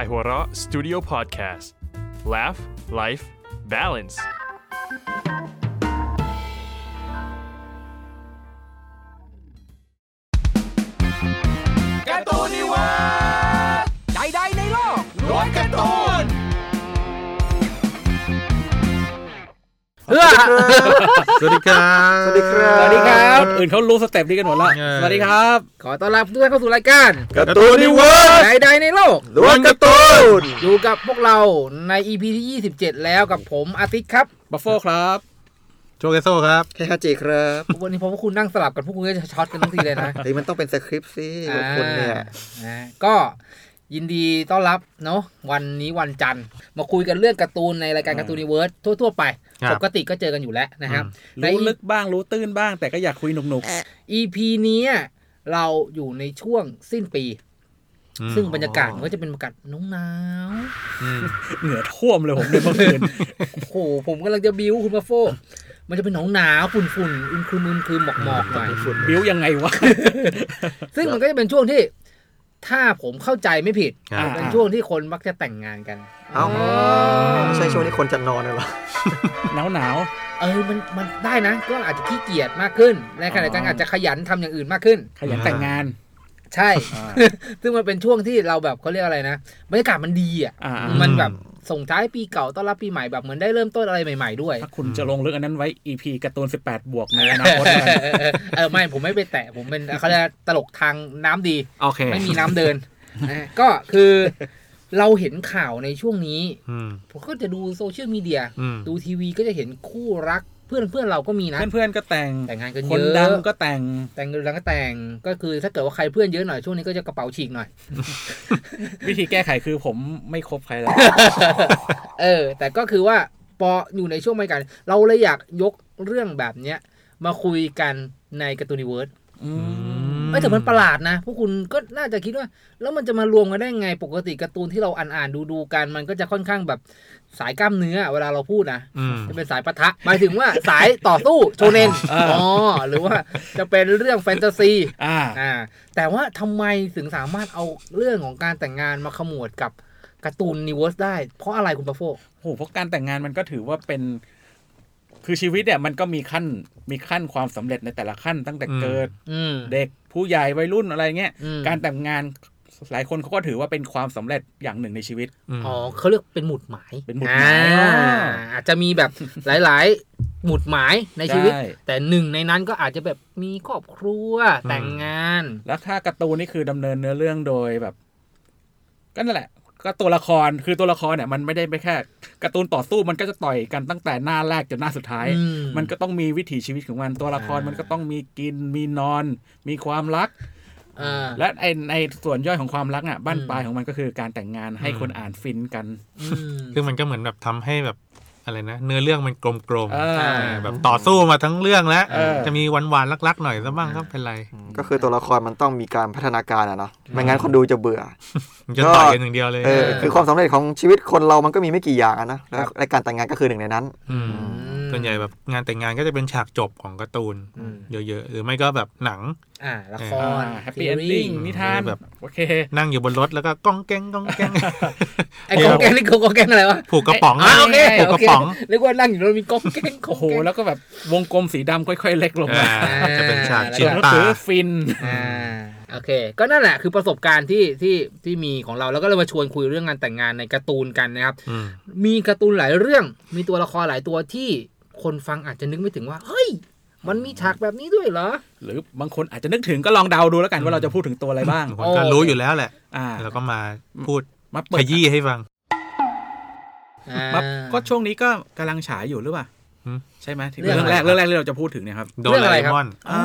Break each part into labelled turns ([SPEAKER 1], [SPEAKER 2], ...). [SPEAKER 1] i h o r a Studio Podcast Laugh Life Balance
[SPEAKER 2] การ์ตูนนิวาใดๆในโลกร้อนการ์ตูน
[SPEAKER 3] สวัสดีครับ สวัสดีครับ
[SPEAKER 4] สวัสดีครับ อื่นเขารู้สเต็ปนี้กันหมดแล้ว
[SPEAKER 3] ใช่
[SPEAKER 4] สวัสดีครับ
[SPEAKER 2] ขอต้อนรับทุกท่านเข้าสู่รายการ
[SPEAKER 3] การ์ตูนนิเวิร์ส
[SPEAKER 2] ใดๆในโลก
[SPEAKER 3] ล้วนการ์ตูน
[SPEAKER 2] อยู่กับพวกเราใน EP ที่ 27 แล้วกับผมอาทิตย์ครับ
[SPEAKER 4] บัฟเฟครับ
[SPEAKER 3] โชเกโซครับ
[SPEAKER 5] แค่ฮาจิครับ
[SPEAKER 2] วันนี้พอพวกคุณนั่งสลับกันพวกคุณก็จะช็อตกันทั้งที เลยนะ
[SPEAKER 5] เฮ้ยมันต้องเป็นสคริปต์สิของคุณเนี่ย
[SPEAKER 2] อ่าก็ยินดีต้อนรับเนาะวันนี้วันจันทร์ มาคุยกันเรื่องการ์ตูนในรายการการ์ตูนนิเวิร์สทั่ว ๆ ไป
[SPEAKER 3] ครับ
[SPEAKER 2] ปกติก็เจอกันอยู่แล้วนะครับใน
[SPEAKER 4] รู้ลึกบ้างรู้ตื้นบ้าง แต่ก็อยากคุยหนุก
[SPEAKER 2] EP เนี้ยเราอยู่ในช่วงสิ้นปี ซึ่งบรรยากาศมันก็จะเป็นบรรยากาศหนาวหนาวๆ
[SPEAKER 4] ๆ เหงื่อท่วมเลยผมในเมื่อคื น
[SPEAKER 2] โอ้โหผมกำลังจะบิวคุณมาโฟ มันจะเป็นหนาวหนาฝุ่นฝุ่นๆอึมครึมอึมครึมหมอกหมอกๆหน่อย
[SPEAKER 4] บิ้วยังไงวะ
[SPEAKER 2] ซึ่งมันก็จะเป็นช่วงที่ ถ้าผมเข้าใจไม่ผิด
[SPEAKER 3] ครับ
[SPEAKER 2] เป็นช่วงที่คนมักจะแต่งงานกัน
[SPEAKER 5] เอ้าไม่ใช่ช่วงที่คนจะนอนน่ะเหรอ
[SPEAKER 4] หนาวหนาว
[SPEAKER 2] เออมันมันได้นะ ก็อาจจะขี้เกียจมากขึ้นในขณะเดียวกัน
[SPEAKER 4] อ๋ออ
[SPEAKER 2] อาจจะขยันทำอย่างอื่นมากขึ้น
[SPEAKER 4] ๆขยันแต่งงาน
[SPEAKER 2] ใช่ ซึ่งมันเป็นช่วงที่เราแบบเขาเรียกอะไรนะบรรยากาศมันดีอ่ะ
[SPEAKER 4] อ่า
[SPEAKER 3] อื
[SPEAKER 2] มันแบบส่งท้ายปีเก่าต้อนรับปีใหม่แบบเหมือนได้เริ่มต้นอะไรใหม่ๆด้วย
[SPEAKER 4] ถ้าคุณจะลงลึกอันนั้นไว้ EP การ์ตูน 18 บวกในอนาคตแล้วกัน
[SPEAKER 2] เออเออ เออไม่ผมไม่ไปแตะผมเป็นเขาเรียกตลกทางน้ำดี
[SPEAKER 4] โอเค
[SPEAKER 2] ไม่มีน้ำเดิน นะก็คือเราเห็นข่าวในช่วงนี้
[SPEAKER 3] อื
[SPEAKER 1] Hmm,
[SPEAKER 3] ม
[SPEAKER 2] ผมก็จะดูโซเชียลมีเดีย
[SPEAKER 3] อืม
[SPEAKER 2] ดูทีวีก็จะเห็นคู่รักเพื่อนเพื่อนเราก็มีนะ
[SPEAKER 4] เพื่อนๆก็แต่ง
[SPEAKER 2] แต่งงานกัน
[SPEAKER 4] ค
[SPEAKER 2] เย
[SPEAKER 4] น
[SPEAKER 2] อะ
[SPEAKER 4] ดังก็แต่ง
[SPEAKER 2] แต่งแล้วก็แต่งก็คือถ้าเกิดว่าใครเพื่อนเยอะหน่อยช่วงนี้ก็จะกระเป๋าฉีกหน่อย
[SPEAKER 4] วิธีแก้ไขคือผมไม่คบใครแล้ว
[SPEAKER 2] เออ แต่ก็คือว่าปออยู่ในช่วงบรรยากาศเราเลยอยากยกเรื่องแบบเนี้ยมาคุยกันในการ์ตูนิเวิร์ส
[SPEAKER 4] อืม
[SPEAKER 2] ไม่แต่มันประหลาดนะ พวกคุณก็น่าจะคิดว่า แล้วมันจะมารวมกันได้ไงปกติการ์ตูนที่เราอ่านอ่านดูดูๆกัน มันก็จะค่อนข้างแบบสายกล้ามเนื้อเวลาเราพูดนะ
[SPEAKER 3] อืม
[SPEAKER 2] จะเป็นสายปะทะ หมายถึงว่าสายต่อสู้โชเนนอ๋อ หรือว่าจะเป็นเรื่องแฟนตาซี
[SPEAKER 4] อ่า
[SPEAKER 2] อ่าแต่ว่าทำไมถึงสามารถเอาเรื่องของการแต่งงานมาขมวดกับการ์ตูนนิเวิร์สได้ เพราะอะไรคุณปะโฟ
[SPEAKER 4] โหเพราะการแต่งงานมันก็ถือว่าเป็น คือชีวิตเนี่ยมันก็มีขั้นมีขั้นความสำเร็จในแต่ละขั้นตั้งแต่
[SPEAKER 3] อืม
[SPEAKER 4] เกิด
[SPEAKER 2] อืม
[SPEAKER 4] เด็กผู้ใหญ่วัยรุ่นอะไรเงี้ย
[SPEAKER 2] อืม
[SPEAKER 4] การแต่งงานหลายคนเขาก็ถือว่าเป็นความสำเร็จอย่างหนึ่งในชีวิต
[SPEAKER 3] อืม
[SPEAKER 2] อ๋อเขาเรียกเป็นหมุดหมาย
[SPEAKER 4] เป็นหมุดหมาย
[SPEAKER 2] อ่อาจจะมีแบบ หลาย ๆ หมุดหมายในชีวิต
[SPEAKER 4] ใช่
[SPEAKER 2] แต่หนึ่งในนั้นก็อาจจะแบบมีครอบครัวแต่งงาน
[SPEAKER 4] แล้วถ้าการ์ตูนนี่คือดำเนินเนื้อเรื่องโดยแบบ ก็นั่นแหละ ก็ตัวละครคือตัวละครเนี่ย มันไม่ได้ไปแค่การ์ตูนต่อสู้มันก็จะต่อยกันตั้งแต่หน้าแรกจนหน้าสุดท้าย
[SPEAKER 2] อืม
[SPEAKER 4] มันก็ต้องมีวิถีชีวิตของมันตัวละครมันก็ต้องมีกินมีนอน มีความรัก
[SPEAKER 2] อ่า
[SPEAKER 4] และไอ้ในส่วนย่อยของความรักอ่ะบ้านปลายของมันก็คือการแต่งงานให้คนอ่านฟินกัน
[SPEAKER 2] อืม
[SPEAKER 3] คือมันก็เหมือนแบบทำให้แบบอะไรนะ เนื้อเรื่องมันกลมกลมๆ
[SPEAKER 4] เออ
[SPEAKER 3] เออแบบต่อสู้มาทั้งเรื่องแล้ว
[SPEAKER 4] เออ
[SPEAKER 3] จะมีหวานหวานๆรักๆหน่อยซะบ้างก็เป็นไร
[SPEAKER 5] ก็คือตัวละครมันต้องมีการพัฒนาการอะเนาะ ไม่งั้นคนดูจะเบื่อ
[SPEAKER 3] มันจะต่อยกันอย่างเดียวเลย
[SPEAKER 5] เออ คือความสำเร็จของชีวิตคนเรามันก็มีไม่กี่อย่างอะนะ แล้วรายการแต่งงานก็คือหนึ่งในนั้น
[SPEAKER 3] มส่วนใหญ่แบบงานแต่งงานก็จะเป็นฉากจบของการ์ตูน
[SPEAKER 2] อืม
[SPEAKER 3] เยอะๆ หรือไม่ก็แบบหนัง
[SPEAKER 2] อ่าละคร
[SPEAKER 4] แฮปปี้เอนดิ้งนิทาน
[SPEAKER 3] แบบ
[SPEAKER 4] โอเค
[SPEAKER 3] นั่งอยู่บนรถแล้วก็ก้องแก้งก้องแก้ง
[SPEAKER 2] ไอ้กองแกงนี่กองแกงอะไรวะ
[SPEAKER 3] ผูกกระป๋อง
[SPEAKER 2] อ่าโอเค
[SPEAKER 3] ผูก
[SPEAKER 2] โอก
[SPEAKER 3] ระ
[SPEAKER 2] เค
[SPEAKER 3] ป๋อง
[SPEAKER 2] เรียกว่านั่งอยู่แล้วมีกองแกงก
[SPEAKER 4] โอ้
[SPEAKER 2] ง
[SPEAKER 4] โห
[SPEAKER 2] แกง
[SPEAKER 4] แล้วก็แบบวงกลมสีดำค่อย ๆ เล็กลงมา
[SPEAKER 2] อ่า
[SPEAKER 3] จะเป็นฉาก
[SPEAKER 4] ส่
[SPEAKER 3] เฉี
[SPEAKER 4] วย น
[SPEAKER 3] ด
[SPEAKER 4] หนัง
[SPEAKER 3] ตา
[SPEAKER 4] สือฟิน
[SPEAKER 2] อ่าโอเค ก็นั่นแหละคือประสบการณ์ที่ที่ที่มีของเราแล้วก็เลยมาชวนคุยเรื่องงานแต่งงานในการ์ตูนกันนะครับ
[SPEAKER 3] อืม
[SPEAKER 2] มีการ์ตูนหลายเรื่อง มีตัวละครหลายตัวที่คนฟังอาจจะนึกไม่ถึงว่า เฮ้ย มันมีฉากแบบนี้ด้วยเหรอ
[SPEAKER 4] หรือบางคนอาจจะนึกถึงก็ลองเดาดูแล้วกันว่าเราจะพูดถึงตัวอะไรบ้าง
[SPEAKER 3] ผมก็รู้อยู่แล้วแหละ
[SPEAKER 4] อ่า
[SPEAKER 3] แล้วก็มาพูด
[SPEAKER 4] มา
[SPEAKER 3] ข
[SPEAKER 4] เปิด
[SPEAKER 3] ยี้ให้ฟัง
[SPEAKER 2] อ่า
[SPEAKER 4] มาก็ช่วงนี้ก็กำลังฉายอยู่หรือเปล่า
[SPEAKER 3] หืม
[SPEAKER 4] ใช่ไหมที่
[SPEAKER 2] เรื่อง
[SPEAKER 4] เรื่องแรก
[SPEAKER 2] อะไร
[SPEAKER 4] เรื่องแรกที่เราจะพูดถึงเนี่ยครับ
[SPEAKER 3] โด
[SPEAKER 2] เรื่
[SPEAKER 3] น
[SPEAKER 2] อง
[SPEAKER 3] ไล
[SPEAKER 2] อะไรครับ
[SPEAKER 3] มอน
[SPEAKER 4] อ่า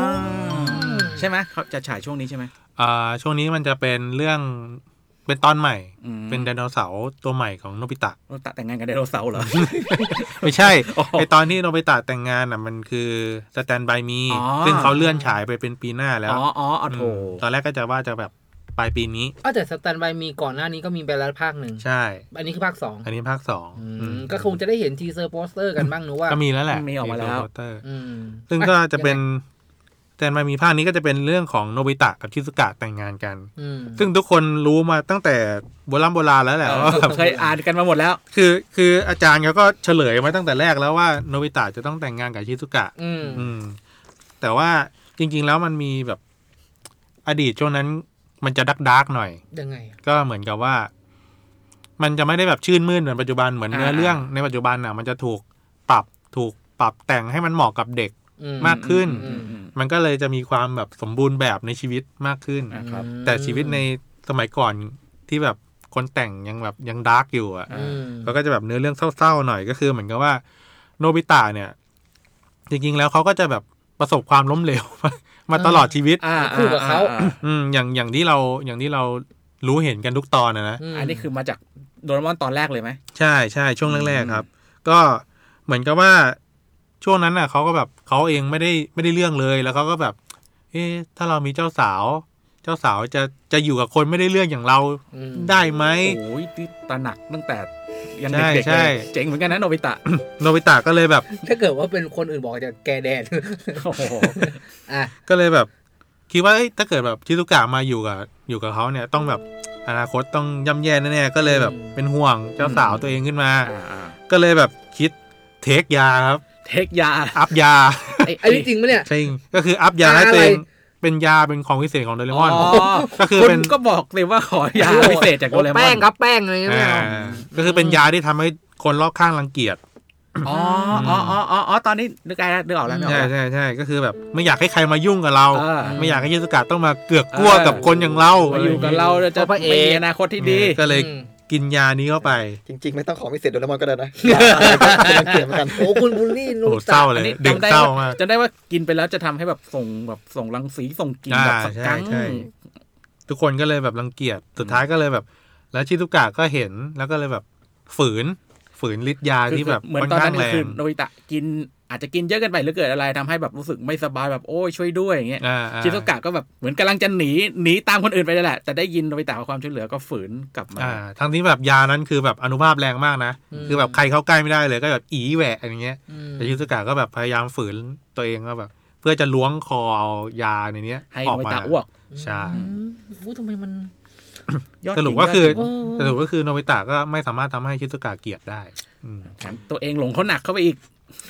[SPEAKER 4] ใช่ไหมเขาจะฉายช่วงนี้ใช่ไหม
[SPEAKER 3] อ่าช่วงนี้มันจะเป็นเรื่องเป็นตอนใหม่
[SPEAKER 4] อืม
[SPEAKER 3] เป็นไดโนเสาร์ตัวใหม่ของโนบิตะ
[SPEAKER 4] ตัดแต่งงานกับไดโนเสาร์เหรอ
[SPEAKER 3] ไม่ใช่
[SPEAKER 4] อ๋อ
[SPEAKER 3] ไอตอนที่โนบิตะแต่งงานอ่ะมันคือสแตนบายมี
[SPEAKER 4] อ๋อ
[SPEAKER 3] ซึ่งเขาเลื่อนฉายไปเป็นปีหน้าแล้ว
[SPEAKER 4] อ๋ออ๋ออ๋อโถ
[SPEAKER 3] มตอนแรกก็จะว่าจะแบบปลายปีนี้
[SPEAKER 2] เอาแต่สแตนบายมีก่อนหน้านี้ก็มีไปแล้วภาคหนึ่ง
[SPEAKER 3] ใช่
[SPEAKER 2] อันนี้คือภาคสอง
[SPEAKER 3] อันนี้ภาคสอง
[SPEAKER 2] อืม
[SPEAKER 3] อืม
[SPEAKER 2] ก็คงจะได้เห็นทีเซอร์โปสเตอร์กันบ้างนะว่า
[SPEAKER 3] ก็มีแล้วแหละ
[SPEAKER 4] มีออกมาแล้ว
[SPEAKER 3] โปสเตอร์
[SPEAKER 2] อืม
[SPEAKER 3] ซึ่งก็จะเป็น
[SPEAKER 2] อ่
[SPEAKER 3] ส แต่มามีภาคนี้ก็จะเป็นเรื่องของโนบิตะกับชิซุกะแต่งงานกัน
[SPEAKER 2] อืม
[SPEAKER 3] ซึ่งทุกคนรู้มาตั้งแต่โบราณโบราณแล้วแหละว่า แบบ
[SPEAKER 4] เคยอ่านกันมาหมดแล้ว
[SPEAKER 3] คือคืออาจารย์เขาก็เฉลยมาตั้งแต่แรกแล้วว่าโนบิตะจะต้องแต่งงานกับชิซุกะ
[SPEAKER 2] อืม
[SPEAKER 3] อืม แต่ว่าจริง ๆ แล้วมันมีแบบอดีตช่วงนั้น มันจะดักดักๆหน่อย
[SPEAKER 2] ยังไงอะ
[SPEAKER 3] ก็เหมือนกับว่า มันจะไม่ได้แบบชื่นมื่นเหมือนปัจจุบันเหมือน
[SPEAKER 4] อ่า
[SPEAKER 3] เนื้อเรื่องในปัจจุบันน่ะ มันจะถูกปรับถูกปรับแต่งให้มันเหมาะกับเด็ก
[SPEAKER 2] อื
[SPEAKER 3] มาก ขึ้น
[SPEAKER 4] อืมอืม
[SPEAKER 3] มันก็เลยจะมีความแบบสมบูรณ์แบบในชีวิตมากขึ้น
[SPEAKER 4] อืมนะครับ
[SPEAKER 3] แต่ชีวิตในสมัยก่อนที่แบบคนแต่งยังแบบยังดาร์กอยู่อ่ะ
[SPEAKER 2] อืม
[SPEAKER 3] เขาก็จะแบบเนื้อเรื่องเศร้าๆหน่อยก็คือเหมือนกับว่าโนบิตะเนี่ย จริงๆแล้วเขาก็จะแบบประสบความล้มเหลว มามาตลอดชีวิต
[SPEAKER 4] อ่า
[SPEAKER 2] คู่กับเขา
[SPEAKER 4] อ่อ่อ่
[SPEAKER 3] อืมอย่างอย่างที่เราอย่างที่เรารู้เห็นกันทุกตอนนะนะ
[SPEAKER 4] าอันนี้คือมาจากโดนมอนตอนแรกเลยไหม
[SPEAKER 3] ใช่ใช่ช่วงแรกๆครับ ก็เหมือนกับว่าช่วงนั้นน่ะเขาก็แบบเขาเองไม่ได้ไม่ได้เรื่องเลยแล้วเขาก็แบบ เอ๊ะถ้าเรามีเจ้าสาว เจ้าสาวจะจะอยู่กับคนไม่ได้เรื่องอย่างเรา
[SPEAKER 2] อืม
[SPEAKER 3] ได้ไหม
[SPEAKER 4] โอ้ยนี่ตระหนักตั้งแต่ยัง
[SPEAKER 3] ใช่
[SPEAKER 4] เด็กๆ
[SPEAKER 3] ใช่
[SPEAKER 4] เลยเจ๋งเหมือนกันนะโนบิตะ
[SPEAKER 3] โนบิตะก็เลยแบบ
[SPEAKER 2] ถ้าเกิดว่าเป็นคนอื่นบอกจะแกแดน
[SPEAKER 4] โอ้โห
[SPEAKER 2] อ่ะ
[SPEAKER 3] ก็เลยแบบคิดว่าเอ้ยถ้าเกิดแบบชิซุกะมาอยู่กับอยู่กับเขาเนี่ยต้องแบบอนาคตต้องย่ำแย่แน่ๆก็เลยแบบ
[SPEAKER 2] อืม
[SPEAKER 3] เป็นห่วงเจ้าสาว
[SPEAKER 4] อืม
[SPEAKER 3] ตัวเองขึ้นมา
[SPEAKER 4] อ่าอ่า
[SPEAKER 3] ก็เลยแบบคิดเทคยาครับ
[SPEAKER 4] เทคยา
[SPEAKER 3] อัพยา
[SPEAKER 4] ไอ้
[SPEAKER 2] อันนี้จริงปะเนี่ย
[SPEAKER 3] จริงก็คืออัพยาให้
[SPEAKER 2] อะไร
[SPEAKER 3] ตัวเองเป็นยาเป็นของพิเศษของโดเรมอน ก็คือ
[SPEAKER 4] คุณ
[SPEAKER 3] เป็น
[SPEAKER 4] ก็บอกเลยว่าขอยาพิเศษจากโดเรมอน
[SPEAKER 2] แป้งครับแป้งอะไรอย่างเงี้ยไม่
[SPEAKER 3] อ่า
[SPEAKER 2] เอา
[SPEAKER 3] ก็คือเป็นยาที่ทำให้คนรอบข้างรังเกียจ
[SPEAKER 4] อ๋ออ๋ออ๋ออ๋ออ๋อตอนนี้นึกได้แล้วนึกออกแล้วนึกออ
[SPEAKER 3] ใช่
[SPEAKER 4] กแล้ว
[SPEAKER 3] ใช่ใช่ก็คือแบบไม่อยากให้ใครมายุ่งกับเรา
[SPEAKER 4] เออ
[SPEAKER 3] ไม่อยากให้ชิซุกะต้องมาเกือกกลัว
[SPEAKER 4] เออ
[SPEAKER 3] กับคนอย่างเรา
[SPEAKER 4] มาอยู่กับเราจะ
[SPEAKER 2] เพราะพระเอก
[SPEAKER 4] ไม่มีอนาคตที่ดี
[SPEAKER 3] ก็เลยกินยานี้เข้าไป
[SPEAKER 5] จริง ๆ ไม่ต้องของพิเศษโดเรมอนก็ได้นะ รังเกียจเหมือนกัน
[SPEAKER 2] โอ้คุณบูลลี่
[SPEAKER 3] โอ้
[SPEAKER 2] นุ่
[SPEAKER 3] โห
[SPEAKER 2] ม
[SPEAKER 3] เศร้า
[SPEAKER 2] ตา
[SPEAKER 3] เล
[SPEAKER 4] อัน
[SPEAKER 3] ย
[SPEAKER 4] นี้
[SPEAKER 3] เด็ก
[SPEAKER 4] จำได้
[SPEAKER 3] เศร้า
[SPEAKER 4] ว่าม
[SPEAKER 3] าก
[SPEAKER 4] จำได้ว่ากินไปแล้วจะทำให้แบบส่งแบบส่งรังสีส่งกลิ่นแบบ
[SPEAKER 3] อ่า
[SPEAKER 4] สกัง
[SPEAKER 3] ใช่ใช่ ทุกคนก็เลยแบบรังเกียจสุดท้ายก็เลยแบบ แล้วชิทุกะก็เห็นแล้วก็เลยแบบฝืน ฝืนฤทธิ์ยา
[SPEAKER 4] คือ
[SPEAKER 3] ที่แบบ
[SPEAKER 4] เหมือน
[SPEAKER 3] ค่อน
[SPEAKER 4] ตอน
[SPEAKER 3] ข้า
[SPEAKER 4] นั้
[SPEAKER 3] ง
[SPEAKER 4] น
[SPEAKER 3] แร
[SPEAKER 4] คือง โนบิตะกินอาจจะกินเยอะเกินไปหรือเกิดอะไรทำให้แบบรู้สึกไม่สบายแบบโอ้ยช่วยด้วยอย่างเงี้ย
[SPEAKER 3] อ่าอ่า
[SPEAKER 4] ชิโตกะก็แบบเหมือนกำลังจะหนีหนีตามคนอื่นไปนั่นแหละ แต่ได้ยินโนบิตะขอความช่วยเหลือก็ฝืนกลับมา
[SPEAKER 3] อ่าทั้งที่แบบยานั้นคือแบบอนุภาพแรงมากนะ คือแบบใครเข้าใกล้ไม่ได้เลยก็แบบอีแหวะอะไรเงี้ยแต่ชิทุกะก็แบบพยายามฝืนตัวเองก็แบบ เพื่อจะล้วงคอเอายาในเนี้ย
[SPEAKER 4] ให้
[SPEAKER 3] อ
[SPEAKER 4] โน
[SPEAKER 3] อก
[SPEAKER 4] บิ
[SPEAKER 3] มา
[SPEAKER 4] ตะอ้วก
[SPEAKER 3] ใช่
[SPEAKER 2] ฟูทำไมมัน
[SPEAKER 4] ยอด
[SPEAKER 3] สรุปก็คือ
[SPEAKER 2] โอ้โห
[SPEAKER 3] สรุปก็คือโนบิตะก็ไม่สามารถทำให้ชิทุกะเกลียดได้อืม
[SPEAKER 4] แถมตัวเองหลงเขาหนักเข้าไปอีก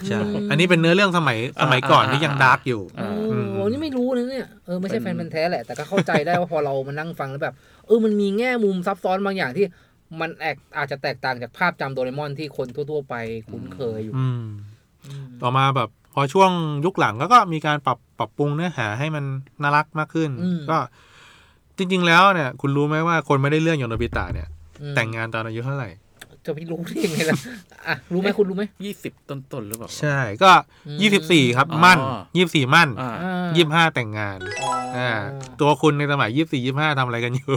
[SPEAKER 3] ใช่อันนี้เป็นเนื้อเรื่องสมัยสมัยก่อนที่ยังดาร์กอยู่
[SPEAKER 2] โอ้
[SPEAKER 3] อืม
[SPEAKER 2] โหนี่ไม่รู้นะเนี่ยเออไม่ใช่แฟนมันธุ์แท้แหละ แต่ก็เข้าใจได้ว่าพอเรามานั่งฟังแล้วแบบ เออมันมีแง่มุมซับซ้อนบางอย่างที่มันแอกอาจจะแตกต่างจากภาพจำโดเรมอนที่คนทั่ว ๆ ไปคุ้นเคยอยู่
[SPEAKER 3] อืม
[SPEAKER 2] อืม
[SPEAKER 3] ต่อมาแบบพอช่วงยุคหลังก็ก็มีการปรับปรับปรุงเนื้อหาให้มันน่ารักมากขึ้น ก็ จริง ๆ แล้วเนี่ย คุณรู้ไหมว่าคนไม่ได้เรื่องอย่างโนบิตะเนี่ย แต่งงานตอนอายุเท่าไหร่
[SPEAKER 2] จะพี่รู้ได้ยังไงล่ะอ่ะรู้ไหมคุณรู้ไหม
[SPEAKER 4] 20 ต้นๆหรือเปล่า
[SPEAKER 3] ใช่ก็
[SPEAKER 2] อืม
[SPEAKER 3] ยี่สิบสี่ครับ
[SPEAKER 4] อ๋อ
[SPEAKER 3] มั่นยี่สิบสี่มั่น
[SPEAKER 4] อ่า
[SPEAKER 2] อ่า
[SPEAKER 3] ยี่สิบห้าแต่งงาน
[SPEAKER 2] อ่า
[SPEAKER 3] อ่าตัวคุณในสมัยยี่สิบสี่ยี่สิบห้าทำอะไรกัน อยู่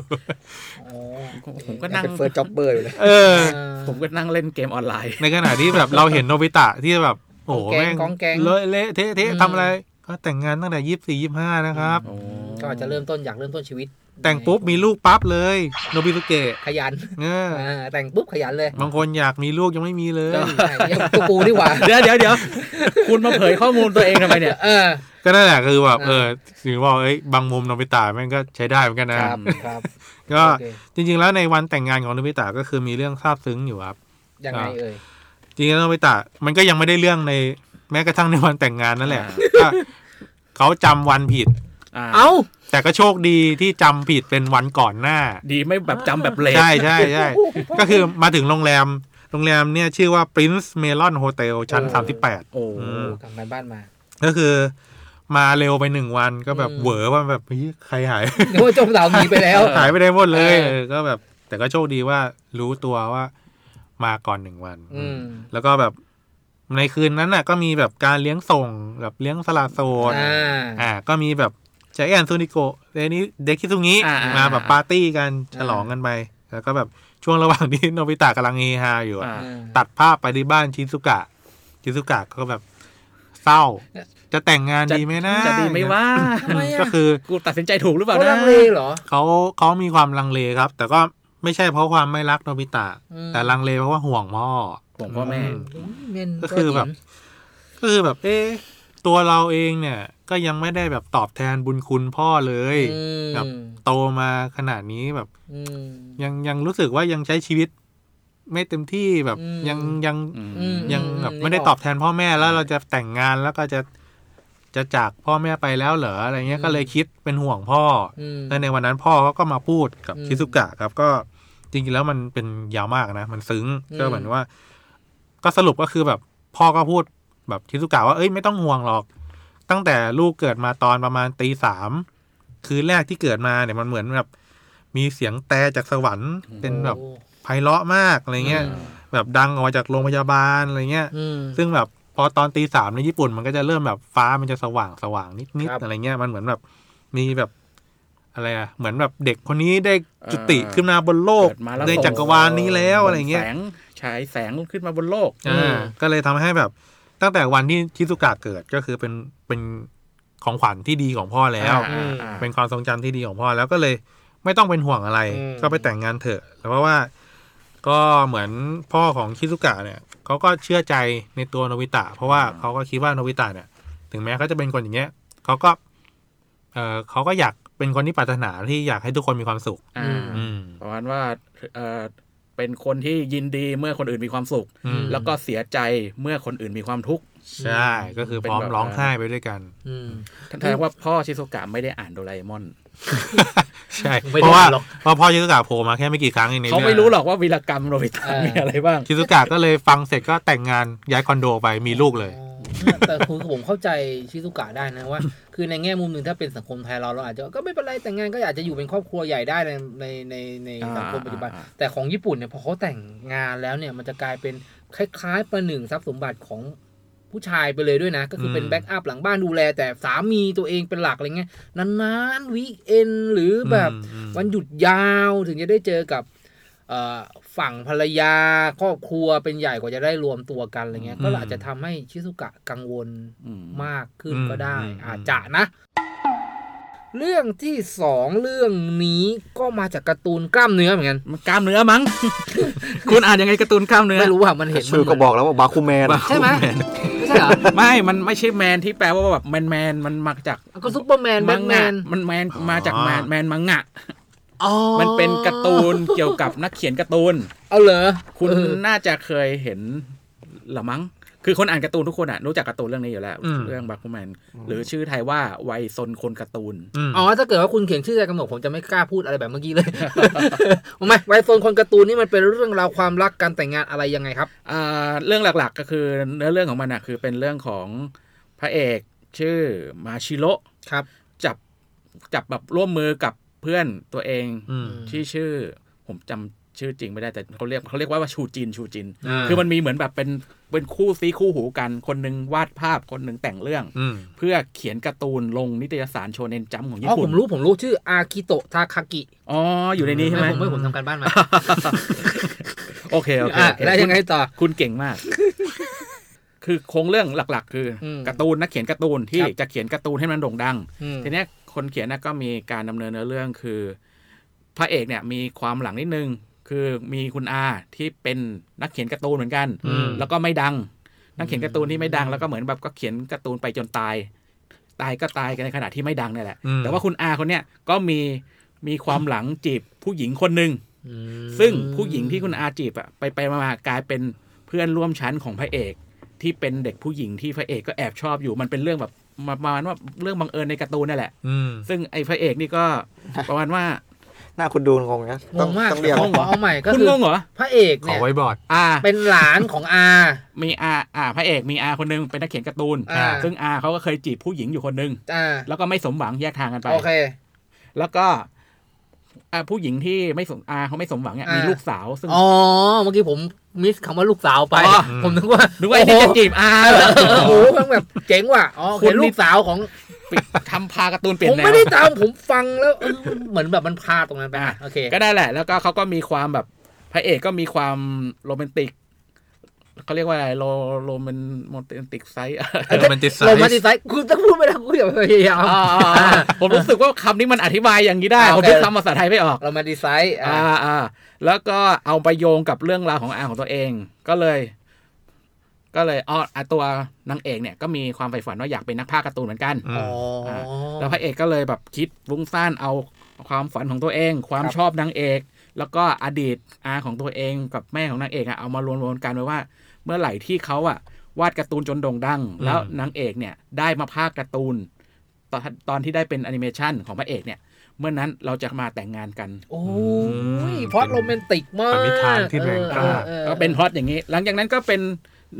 [SPEAKER 2] อ๋อ
[SPEAKER 4] ผมก็
[SPEAKER 5] ยั
[SPEAKER 4] นั่ง
[SPEAKER 5] งเป็นเฟิร์สจ็อบเบอร์อยู่เลย
[SPEAKER 3] เออ
[SPEAKER 2] อ่า
[SPEAKER 4] ผมก็นั่งเล่นเกมออนไลน์
[SPEAKER 3] ในขณะที่แบบเราเห็นโนบิตะที่แบบโอ้
[SPEAKER 2] ก
[SPEAKER 3] โห
[SPEAKER 2] องแกง
[SPEAKER 3] แม่ง
[SPEAKER 2] กองแกง
[SPEAKER 3] เละเละเทะเทะ
[SPEAKER 2] อืม
[SPEAKER 3] ทำอะไร ก็แต่งงานตั้งแต่ยี่สิบสี่ยี่สิบห้านะครับ
[SPEAKER 4] โอ้
[SPEAKER 2] ก็อาจจะเริ่มต้นอยากเริ่มต้นชีวิต
[SPEAKER 3] แต่งปุ๊บมีลูกปั๊บเลยโนบิตุเกะ
[SPEAKER 2] ขยัน
[SPEAKER 3] เออ
[SPEAKER 2] อ่าแต่งปุ๊บขยันเลย
[SPEAKER 3] บางคนอยากมีลูกยังไม่มีเลย
[SPEAKER 2] ก็ใช่เรียกตัวกูดีกว่า
[SPEAKER 4] เดี๋ยวเดี๋ยวเดี๋ยวคุณมาเผยข้อมูลตัวเองทำไมเนี่ย
[SPEAKER 2] เออ
[SPEAKER 3] ก็นั่นแหละคือแบบ
[SPEAKER 2] อ่า
[SPEAKER 3] เออถึงบอกเอ้ยบางมุมโนบิตะแม่งก็ใช้ได้เหมือนกันนะครับ
[SPEAKER 2] ครับ
[SPEAKER 3] ก็
[SPEAKER 2] โอเค
[SPEAKER 3] จริง ๆ แล้วในวันแต่งงานของโนบิตะก็คือมีเรื่องซาบซึ้งอยู่ครับ
[SPEAKER 2] ยังไงเอ่ย
[SPEAKER 3] จริงๆแล้วโนบิตะมันก็ยังไม่ได้เรื่องในแม้กระทั่งในวันแต่งงานนั่นแหละ
[SPEAKER 4] อ่า
[SPEAKER 3] ก็เขาจำวันผิด
[SPEAKER 4] อ่า
[SPEAKER 2] เอ้า
[SPEAKER 3] แต่ก็โชคดีที่จำผิดเป็นวันก่อนหน้า
[SPEAKER 4] ดีไม่แบบจำแบบเลท
[SPEAKER 3] ใช่ใช่ใช่ก็คือมาถึงโรงแรมโรงแรมเนี่ยชื่อว่า Prince Melon Hotel ชั้น
[SPEAKER 2] โอ้
[SPEAKER 3] 38
[SPEAKER 4] โอ้
[SPEAKER 3] อืม
[SPEAKER 2] ทำการบ้าน มา
[SPEAKER 3] ก็คือมาเร็วไปหนึ่งวันก็แบบ
[SPEAKER 2] อืม
[SPEAKER 3] เหวอว่าแบบเฮ้ยใครหาย
[SPEAKER 2] เดี๋ยวจมเหล่าหนีไปแล้ว
[SPEAKER 3] หายไปได้หมดเลย
[SPEAKER 2] เออ
[SPEAKER 3] เออก็แบบ แต่ก็โชคดีว่ารู้ตัวว่ามาก่อนหนึ่งวัน
[SPEAKER 2] อืม
[SPEAKER 3] แล้วก็แบบในคืนนั้นน่ะ ก็มีแบบการเลี้ยงส่งแบบเลี้ยงสลาโซน
[SPEAKER 2] อ่า
[SPEAKER 3] อ่า ก็มีแบบใจแอนซูนิโกะเรนี้เด็กคิซุงิ
[SPEAKER 4] อ่าอ่
[SPEAKER 3] มาแบบปาร์ตี้กันฉลองกันไป แล้วก็แบบช่วงระหว่างที่ โนบิตะกำลังเฮฮาอยู่อะ
[SPEAKER 4] อ่า
[SPEAKER 2] อ่า
[SPEAKER 3] ตัดภาพไปที่บ้านชินซุกะ ชินซุกะก็แบบเศร้า จะแต่งงานดีไหมนะ
[SPEAKER 4] จะดีไหมว่า
[SPEAKER 2] ทำไม
[SPEAKER 3] ก็
[SPEAKER 2] อ่ะ
[SPEAKER 3] คือ
[SPEAKER 4] กูตัดสินใจถูกหรือเปล่า
[SPEAKER 2] เขา
[SPEAKER 4] นะ
[SPEAKER 2] ลังเลเหรอ
[SPEAKER 3] เขาเขามีความลังเลครับ แต่ก็ไม่ใช่เพราะความไม่รักโนบิตะ
[SPEAKER 2] อืม
[SPEAKER 3] แต่ลังเลเพราะว่าห่วงพ่อ
[SPEAKER 4] ผมพ่อแม่
[SPEAKER 3] อืม
[SPEAKER 2] โอ้ยเมน
[SPEAKER 3] ก็คือแบบ ก็คือแบบ เอ๊ะ ตัวเราเองเนี่ย ก็ยังไม่ได้แบบตอบแทนบุญคุณพ่อเลย
[SPEAKER 2] อืม
[SPEAKER 3] ครับ โตมาขนาดนี้แบบ
[SPEAKER 2] อืม
[SPEAKER 3] ยังยังรู้สึกว่ายังใช้ชีวิต ไม่เต็มที่แบบ
[SPEAKER 2] อืม
[SPEAKER 3] ยังยัง
[SPEAKER 4] อืม
[SPEAKER 2] อืม
[SPEAKER 3] ยังแบบ
[SPEAKER 2] นึกออก
[SPEAKER 3] ไม่ได้ตอบแทนพ่อแม่แล้วเราจะแต่งงานแล้วก็จะจะจากพ่อแม่ไปแล้วเหรออะไรเงี้ยก็เลยคิดเป็นห่วงพ่อ
[SPEAKER 2] อืม
[SPEAKER 3] แล้วในวันนั้นพ่อเขาก็มาพูดกับ
[SPEAKER 2] อืม
[SPEAKER 3] ชิซุกะครับ ก็จริงๆแล้วมันเป็นยาวมากนะ มันซึ้ง
[SPEAKER 2] อืม
[SPEAKER 3] ก็เหมือนว่า ก็สรุปก็คือแบบพ่อก็พูดแบบชิซุกะว่าเอ้ยไม่ต้องห่วงหรอก ตั้งแต่ลูกเกิดมาตอนประมาณตีสามคืนแรกที่เกิดมาเนี่ยมันเหมือนแบบมีเสียงแตรจากสวรรค์เป็นแบบ
[SPEAKER 2] โอ้
[SPEAKER 3] ไพเราะมากอะไรเงี้ยแบบดังออกมาจากโรงพยาบาลอะไรเงี้ย
[SPEAKER 2] อืม
[SPEAKER 3] ซึ่งแบบพอตอนตีสามในญี่ปุ่น มันก็จะเริ่มแบบฟ้ามันจะสว่างสว่างนิดนิด
[SPEAKER 2] ครับ
[SPEAKER 3] อะไรเงี้ยมันเหมือนแบบมีแบบอะไรอะเหมือนแบบเด็กคนนี้ได้จุติขึ้นมาบนโลก
[SPEAKER 4] เกิดมาแล้ว
[SPEAKER 3] ในจักรวาลนี้แล้วอะไรเงี้ย
[SPEAKER 4] แสงฉายแสงขึ้นมาบนโลก
[SPEAKER 3] อ่าก็เลยทำให้แบบตั้งแต่วันที่ชิซุกะเกิดก็คือเป็นเป็นของขวัญที่ดีของพ่อแล้ว
[SPEAKER 4] อ่าอ่า
[SPEAKER 3] เป็นความทรงจำที่ดีของพ่อแล้วก็เลยไม่ต้องเป็นห่วงอะไร
[SPEAKER 2] อืม
[SPEAKER 3] ก็ไปแต่งงานเถอะแล้วเพราะว่าก็เหมือนพ่อของคิซุกะเนี่ยเขาก็เชื่อใจในตัวโนบิตะ เพราะว่าเขาก็คิดว่าโนบิตะเนี่ย ถึงแม้เขาจะเป็นคนอย่างเงี้ยเขาก็เออเขาก็อยากเป็นคนที่ปรารถนาที่อยากให้ทุกคนมีความสุข
[SPEAKER 4] อ่า
[SPEAKER 3] อืม
[SPEAKER 4] ประมาณว่าเออเป็นคนที่ยินดีเมื่อคนอื่นมีความสุข
[SPEAKER 3] อืม
[SPEAKER 4] แล้วก็เสียใจเมื่อคนอื่นมีความทุกข์
[SPEAKER 3] ใช่ก็คือพร้อม
[SPEAKER 4] เป็นแบบ
[SPEAKER 3] ร้องไห้ไปด้วยกัน
[SPEAKER 2] อืม
[SPEAKER 4] แสดงว่าพ่อชิโซกะไม่ได้อ่านโดราเอมอน
[SPEAKER 3] ใช่
[SPEAKER 2] ไม่
[SPEAKER 3] เพราะว่า
[SPEAKER 2] ได้หรอก
[SPEAKER 3] เพราะพ่อชิซุกะโผล่มาแค่ไม่กี่ครั้งเองใน
[SPEAKER 4] เขา
[SPEAKER 3] เรื่อง
[SPEAKER 4] ไม่รู้หรอกว่าวีรกรรมโนบิตะ
[SPEAKER 2] เออ
[SPEAKER 4] มีอะไรบ้าง
[SPEAKER 3] ชิซุกะก็เลยฟังเสร็จก็แต่งงานย้ายคอนโดไปมีลูกเลย
[SPEAKER 2] เนี่ยแต่คือผมเข้าใจชิซุกะได้นะว่า คือในแง่มุมหนึ่งถ้าเป็นสังคมไทยเราเราอาจจะก็ไม่เป็นไรแต่งงานก็อาจจะอยู่เป็นครอบครัวใหญ่ได้ในในในใน
[SPEAKER 4] อ่า
[SPEAKER 2] สังคมปัจจุบัน
[SPEAKER 4] อ่าอ่า
[SPEAKER 2] แต่ของญี่ปุ่นเนี่ยพอเขาแต่งงานแล้วเนี่ยมันจะกลายเป็นคล้ายๆประหนึ่งทรัพย์สมบัติของผู้ชายไปเลยด้วยนะ ก็คือเป็น
[SPEAKER 3] อืม
[SPEAKER 2] แบ็กอัพหลังบ้านดูแล แต่สามีตัวเองเป็นหลักอะไรเงี้ยนานๆวีคเอนหรือแบบ
[SPEAKER 3] อืม
[SPEAKER 2] วันหยุดยาวถึงจะได้เจอกับ เอ่อฝั่งภรรยาครอบครัวเป็นใหญ่กว่าจะได้รวมตัวกันอะไรเงี้ย
[SPEAKER 3] อืม
[SPEAKER 2] ก็อาจจะทำให้ชิซุกะกังวล
[SPEAKER 4] อืม
[SPEAKER 2] มากขึ้น
[SPEAKER 3] อืม
[SPEAKER 2] ก็ได้
[SPEAKER 3] อืม
[SPEAKER 2] อาจจะนะ เรื่องที่สองเรื่องนี้ก็มาจากการ์ตูนกล้ามเนื้อเหมือนกัน
[SPEAKER 4] มันกล้ามเนื้อมั้ง คุณอ่านยังไงการ์ตูนกล้ามเนื้อ
[SPEAKER 2] ไม่รู้ว่ามันเห็น
[SPEAKER 5] ชื่อก็บอกแล้วว่าบาคูแมน
[SPEAKER 2] ใช่ไหมไม่ใช่เหรอ
[SPEAKER 4] ไม่ มันไม่ใช่แมนที่แปลว่าแบบแมนแมนๆมันมาจาก
[SPEAKER 2] ก็ซุปเปอร์แมนแบ
[SPEAKER 4] มั
[SPEAKER 2] ทแม
[SPEAKER 4] งะ
[SPEAKER 2] น
[SPEAKER 4] มันแมนมาจากแมนแมนมังงะ
[SPEAKER 2] อ๋อ
[SPEAKER 4] มันเป็นการ์ตูนเกี่ยวกับนักเขียนการ์ตูน
[SPEAKER 2] เอาเหรอ
[SPEAKER 4] คุณ
[SPEAKER 2] เออ
[SPEAKER 4] น่าจะเคยเห็นละมั้ง คือคนอ่านการ์ตูนทุกคนอ่ะรู้จักการ์ตูนเรื่องนี้อยู่แล้ว
[SPEAKER 3] อืม
[SPEAKER 4] เรื่องบัคคูแมน หรือชื่อไทยว่าวัยซนคนการ์ตูน
[SPEAKER 3] ม
[SPEAKER 2] อ๋อถ้าเกิดว่าคุณเขียนชื่อใจกำหนดผมจะไม่กล้าพูดอะไรแบบเมื่อกี้เลย ไม่ไวโฟนคนการ์ตูนนี่มันเป็นเรื่องราวความรักการแต่งงานอะไรยังไงครับ
[SPEAKER 4] อ่าเรื่องหลักๆก็คือเนื้อเรื่องของมันอ่ะคือเป็นเรื่องของพระเอกชื่อมาชิโร
[SPEAKER 2] ครับ
[SPEAKER 4] จับจับแบบร่วมมือกับเพื่อนตัวเอง
[SPEAKER 3] อืม
[SPEAKER 4] ที่ชื่อผมจำชื่อจริงไม่ได้แต่เขาเรียกเขาเรียกว่าชูจินชูจิน
[SPEAKER 2] อ่า
[SPEAKER 4] คือมันมีเหมือนแบบเป็นเป็นคู่ซีคู่หูกัน คนหนึงวาดภาพคนหนึงแต่งเรื่อง
[SPEAKER 3] อืม
[SPEAKER 4] เพื่อเขียนการ์ตูนลงนิตยสารโชเนนจัมของ
[SPEAKER 2] อ๋
[SPEAKER 4] ญี่
[SPEAKER 2] อผ
[SPEAKER 4] ปุ่น
[SPEAKER 2] มรู้ผมรู้ชื่ออากิโตะทาคากิ
[SPEAKER 4] อ๋ออยู่ในนี้ใช่ไหม
[SPEAKER 2] ผมไม่ผมทำการบ้ านมา
[SPEAKER 4] โอเคโอเค
[SPEAKER 2] อ่ะ
[SPEAKER 4] โอเค
[SPEAKER 2] แล้วยังไงต่อ
[SPEAKER 4] คุณเก่งมาก คือโครงเรื่องหลัก ๆ คืออ
[SPEAKER 2] ม
[SPEAKER 4] การ์ตูนนักเขียนการ์ตูนที่
[SPEAKER 2] ครับ
[SPEAKER 4] จะเขียนการ์ตูนให้มันโด่งดัง
[SPEAKER 2] อืม
[SPEAKER 4] ทีเนี้ยคนเขียนน่ะก็มีการดำเนินเนื้อเรื่องคือ พระเอกเนี่ยมีความหลังนิดนึง คือมีคุณอาที่เป็นนักเขียนการ์ตูนเหมือนกัน
[SPEAKER 3] อืม
[SPEAKER 4] แล้วก็ไม่ดัง นักเขียนการ์ตูนที่ไม่ดังแล้วก็เหมือนแบบก็เขียนการ์ตูนไปจนตาย ตายก็ตายกันในขณะที่ไม่ดังเนี่ยแหละ
[SPEAKER 3] อืม
[SPEAKER 4] แต่ว่าคุณอาคนเนี้ยก็มีมีความหลังจีบผู้หญิงคนหนึ่ง ซึ่งผู้หญิงที่คุณอาจีบอะไปไปมามากลายเป็นเพื่อนร่วมชั้นของพระเอก ที่เป็นเด็กผู้หญิงที่พระเอกก็แอบชอบอยู่มันเป็นเรื่องแบบมาประมาณว่าเรื่องบังเอิญในการ์ตูนนั่นแหละ
[SPEAKER 3] อืม
[SPEAKER 4] ซึ่งไอ้พระเอกนี่ก็ ประมาณว่า
[SPEAKER 5] หน้าคุณดูงงนะ
[SPEAKER 2] ง
[SPEAKER 5] ต้อง
[SPEAKER 2] งมาก
[SPEAKER 5] ต้องเรียน
[SPEAKER 2] เอาเอาใหม่ก็
[SPEAKER 4] คุณ
[SPEAKER 2] คือง
[SPEAKER 4] งเหรอ
[SPEAKER 2] พระเอก
[SPEAKER 3] ขอ
[SPEAKER 2] เนี่ย
[SPEAKER 3] ไว้บอร์ด
[SPEAKER 4] อ่า
[SPEAKER 2] เป็นหลานของอา
[SPEAKER 4] มีอาอ่าพระเอกมีอาคนหนึงเป็นนักเขียนการ์ตูน
[SPEAKER 2] อ่า
[SPEAKER 4] ซึ่งอาเขาก็เคยจีบผู้หญิงอยู่คนหนึง
[SPEAKER 2] อ่า
[SPEAKER 4] แล้วก็ไม่สมหวังแยกทางกันไป
[SPEAKER 2] โอเค
[SPEAKER 4] แล้วก็อ่าผู้หญิงที่ไม่สมอาเขาไม่สมหวังเนี่ย
[SPEAKER 2] อ่ามี
[SPEAKER 4] มีลูกสาวซึ่ง
[SPEAKER 2] อ๋อเมื่อกี้ผมมิสคำว่าลูกสาวไป
[SPEAKER 4] อ๋อ
[SPEAKER 2] ผมนึกว่า
[SPEAKER 4] นึกว่าไอ้นี่จะจีบอาเหรอ
[SPEAKER 2] โอ้โหมันแบบเจ๋งว่ะอ๋อโอเค
[SPEAKER 4] คุณนี่
[SPEAKER 2] ลูกสาวของ
[SPEAKER 4] ปิดทำพาการ์ตูนเปลี่ย
[SPEAKER 2] ผ
[SPEAKER 4] น
[SPEAKER 2] ม
[SPEAKER 4] แนว
[SPEAKER 2] ไม่ได้ตามผมฟังแล้วเออเหมือนแบบมันพาตรงนั้นไปอ่ะ
[SPEAKER 4] อ่ะ
[SPEAKER 2] โอเค
[SPEAKER 4] ก็ได้แหละ แล้วก็เขาก็มีความแบบพระเอกก็มีความโรแมนติกเขาเรียกว่าอะไรโรโรแมนโมนติกไซส์
[SPEAKER 2] เ ออ
[SPEAKER 3] โรแมนติไซ
[SPEAKER 2] โร
[SPEAKER 3] ส์
[SPEAKER 2] แมนติไซส์คุณจะพูดไม่ได้คุณอย่าพยายาม
[SPEAKER 4] ผมรู้สึกว่าคำนี้มันอธิบายอย่างนี้ได้
[SPEAKER 2] อ่า
[SPEAKER 4] ผม
[SPEAKER 2] โอเค
[SPEAKER 4] นึกคำภาษาไทยไม่ออก
[SPEAKER 2] โรแมนติไซส์อ่ะ
[SPEAKER 4] อ่าอ่าแล้วก็เอาไปโยงกับเรื่องราวของอาของตัวเอง ก็เลย ก็เลยอ๋ออ่ะตัวนางเอกเนี่ยก็มีความใฝ่ฝันว่าอยากเป็นนักพากย์การ์ตูนเหมือนกัน
[SPEAKER 3] อืม
[SPEAKER 2] อ๋ออ
[SPEAKER 4] แล้วพระเอกก็เลยแบบคิดวุ้งซ่านเอาความฝันของตัวเอง ความ
[SPEAKER 2] ครับ
[SPEAKER 4] ชอบนางเอก แล้วก็อดีตอาของตัวเองกับแม่ของนางเอกอะเอามารวมรวมกันไว้ว่า เมื่อไหร่ที่เขาอะวาดการ์ตูนจนโด่งดัง แล้วนางเอกเนี่ยได้มาภาคการ์ตูนตอนตอนที่ได้เป็นแอนิเมชันของพระเอกเนี่ย เมื่อนั้นเราจะมาแต่งงานกัน
[SPEAKER 2] โอ้
[SPEAKER 3] อื
[SPEAKER 2] ย
[SPEAKER 3] ม
[SPEAKER 2] พล็อดโรแมนติกมาก
[SPEAKER 3] เป็นนิทานที่แรงกล้า
[SPEAKER 2] เออออออ
[SPEAKER 4] ก็เป็นพล็อตอย่างนี้ หลังจากนั้นก็เป็น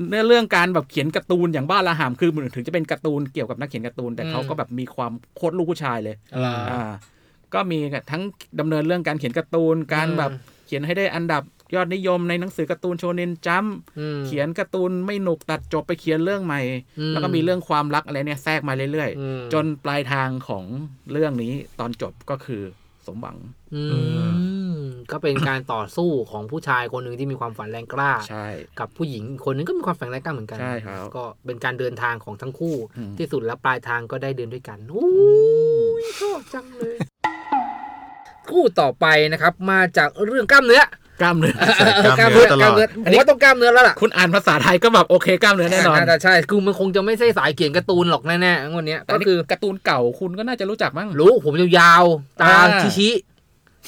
[SPEAKER 4] เนื้อเรื่องการแบบเขียนการ์ตูนอย่างบ้าระห่ำคือเหมือนถึงจะเป็นการ์ตูนเกี่ยวกับนักเขียนการ์ตูนแต่เขา
[SPEAKER 2] อืม
[SPEAKER 4] ก็แบบมีความโคตรลูกผู้ชายเลย
[SPEAKER 2] อะไร
[SPEAKER 4] อ่าก็มีทั้งดำเนินเรื่องการเขียนการ์ตูนการ
[SPEAKER 2] อืม
[SPEAKER 4] แบบเขียนให้ได้อันดับยอดนิยมในหนังสือการ์ตูนโชเนนจัมป์
[SPEAKER 2] อืม
[SPEAKER 4] เขียนการ์ตูนไม่หนุกตัดจบไปเขียนเรื่องใหม่
[SPEAKER 2] อืม
[SPEAKER 4] แล้วก็มีเรื่องความรักอะไรเนี่ยแทรกมาเรื่อย
[SPEAKER 2] อืม
[SPEAKER 4] ๆ จนปลายทางของเรื่องนี้ตอนจบก็คือสมหวัง
[SPEAKER 2] อืมก็เป็นการต่อสู้ของผู้ชายคนหนึ่งที่มีความฝันแรงกล้า
[SPEAKER 4] ใช่
[SPEAKER 2] กับผู้หญิงอีกคนนึงก็มีความฝันแรงกล้าเหมือนกัน
[SPEAKER 4] ใช่ครับ
[SPEAKER 2] ก็เป็นการเดินทางของทั้งคู่
[SPEAKER 4] อืม
[SPEAKER 2] ที่สุดแล้วปลายทางก็ได้เดินด้วยกันโอ้ยชอบจังเลย คู่ต่อไปนะครับ มาจากเรื่องกล้ามเนื้อก
[SPEAKER 4] ล้ามเนื้อ
[SPEAKER 2] เออก
[SPEAKER 3] ล้ามเนื้อตลอด
[SPEAKER 2] กล้ามเนื้อผมว่าต้องกล้ามเนื้อแล้วล่ะ
[SPEAKER 4] คุณอ่านภาษาไทยก็แบบโอเคกล้ามเนื้อแน่นอน
[SPEAKER 2] แต่ใช่คือมันคงจะไม่ใช่สายเขียนการ์ตูนหรอกแน่ๆวันเนี้ย
[SPEAKER 4] แต่
[SPEAKER 2] ก็
[SPEAKER 4] นี่
[SPEAKER 2] คือ
[SPEAKER 4] การ์ตูนเก่าคุณก็น่าจะรู้จักมั้ง
[SPEAKER 2] รู้ผมยาวๆตา
[SPEAKER 4] อ่า
[SPEAKER 2] ชี้ชี้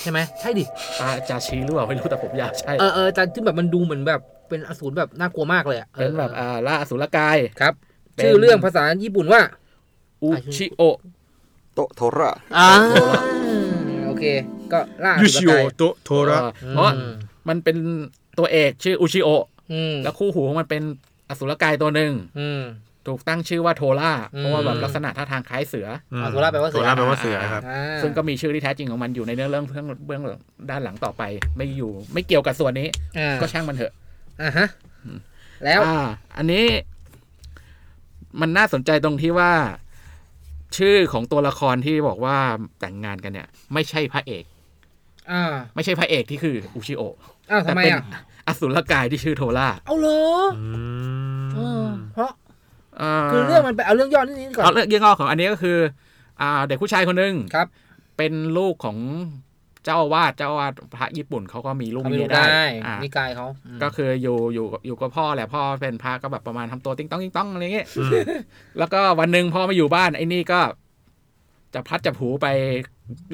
[SPEAKER 2] ใช่ไหมใช่ดิ
[SPEAKER 4] ตาจาชีหรือเปล่าไม่รู้แต่ผมอยากใช่
[SPEAKER 2] เออเออแต่ที่แบบมันดูเหมือนแบบเป็นอสูรแบบน่ากลัวมากเลยอะ
[SPEAKER 4] เป็นแบบ
[SPEAKER 2] ออ
[SPEAKER 4] อ่าล่าอสุรกาย
[SPEAKER 2] ครับ
[SPEAKER 4] เป็น
[SPEAKER 2] ชื่อเรื่องภาษาญี่ปุ่นว่า
[SPEAKER 4] อุชิโอ
[SPEAKER 5] โตโทระ
[SPEAKER 2] อ่าโอเค ก็ล่าอ
[SPEAKER 3] ยู
[SPEAKER 2] สุ
[SPEAKER 3] ชิโอก
[SPEAKER 2] ราย
[SPEAKER 3] โตโทระ
[SPEAKER 4] เออเพราะ
[SPEAKER 2] อืม
[SPEAKER 4] มันเป็นตัวเอกชื่ออุชิโอะ
[SPEAKER 2] อืม
[SPEAKER 4] แล้วคู่หูของมันเป็นอสุรกายตัวหนึ่ง
[SPEAKER 2] อืม
[SPEAKER 4] ถูกตั้งชื่อว่าโทล่า
[SPEAKER 2] อืม
[SPEAKER 4] เพราะว่าแบบลักษณะท่าทางคล้ายเสือ
[SPEAKER 3] อืม
[SPEAKER 2] อ่าโทระแปลว่าเสือ
[SPEAKER 3] โทระแปลว่าเสือครับ
[SPEAKER 2] อ่า
[SPEAKER 4] อซึ่งก็มีชื่อที่แท้จริงของมันอยู่ในเนื้อเรื่องเบื้องเบื้องหลังด้านหลังต่อไป ไม่อยู่ไม่เกี่ยวกับส่วนนี้
[SPEAKER 2] อ่า
[SPEAKER 4] ก็ช่างมันเถอะ
[SPEAKER 2] อ่าฮะแล้ว
[SPEAKER 4] อ่าอันนี้ มันน่าสนใจตรงที่ว่า ชื่อของตัวละครที่บอกว่าแต่งงานกันเนี่ย ไม่ใช่พระเอก
[SPEAKER 2] อ่า
[SPEAKER 4] ไม่ใช่พระเอกที่คืออุชิโอะ
[SPEAKER 2] อ้าว
[SPEAKER 4] แต่
[SPEAKER 2] ทำไม
[SPEAKER 4] เป็น
[SPEAKER 2] อ่ะ
[SPEAKER 4] อสุรกายที่ชื่อโทล่า
[SPEAKER 2] เอาเหรอ
[SPEAKER 3] อื
[SPEAKER 2] เออ
[SPEAKER 3] ม
[SPEAKER 2] เพราะ
[SPEAKER 4] า
[SPEAKER 2] คือเรื่องมันไปเอาเรื่องย่อนิดนี้ก่อน
[SPEAKER 4] เอาเรื่องย่อของอันนี้ก็คือ อ่า เด็กผู้ชายคนหนึ่ง
[SPEAKER 2] ครับ
[SPEAKER 4] เป็นลูกของเจ้าอาวาสเจ้าอาวาสพระญี่ปุ่นเขาก็มีลูก
[SPEAKER 2] เขา
[SPEAKER 4] มี
[SPEAKER 2] ไม่
[SPEAKER 4] เมี
[SPEAKER 2] รู้
[SPEAKER 4] ย
[SPEAKER 2] ได้
[SPEAKER 4] ได้อ่า
[SPEAKER 2] นิกายเขาอืม
[SPEAKER 4] ก็คืออยู่อยู่อยู่กับพ่อแหละพ่อเป็นพระก็แบบประมาณทำตัวติ๊งต้องติ๊งต้องอะไรอย่างเงี้ย
[SPEAKER 3] อืม
[SPEAKER 4] แล้วก็วันหนึ่งพ่อไม่อยู่บ้านไอ้นี่ก็จะพลัดจับผลูไป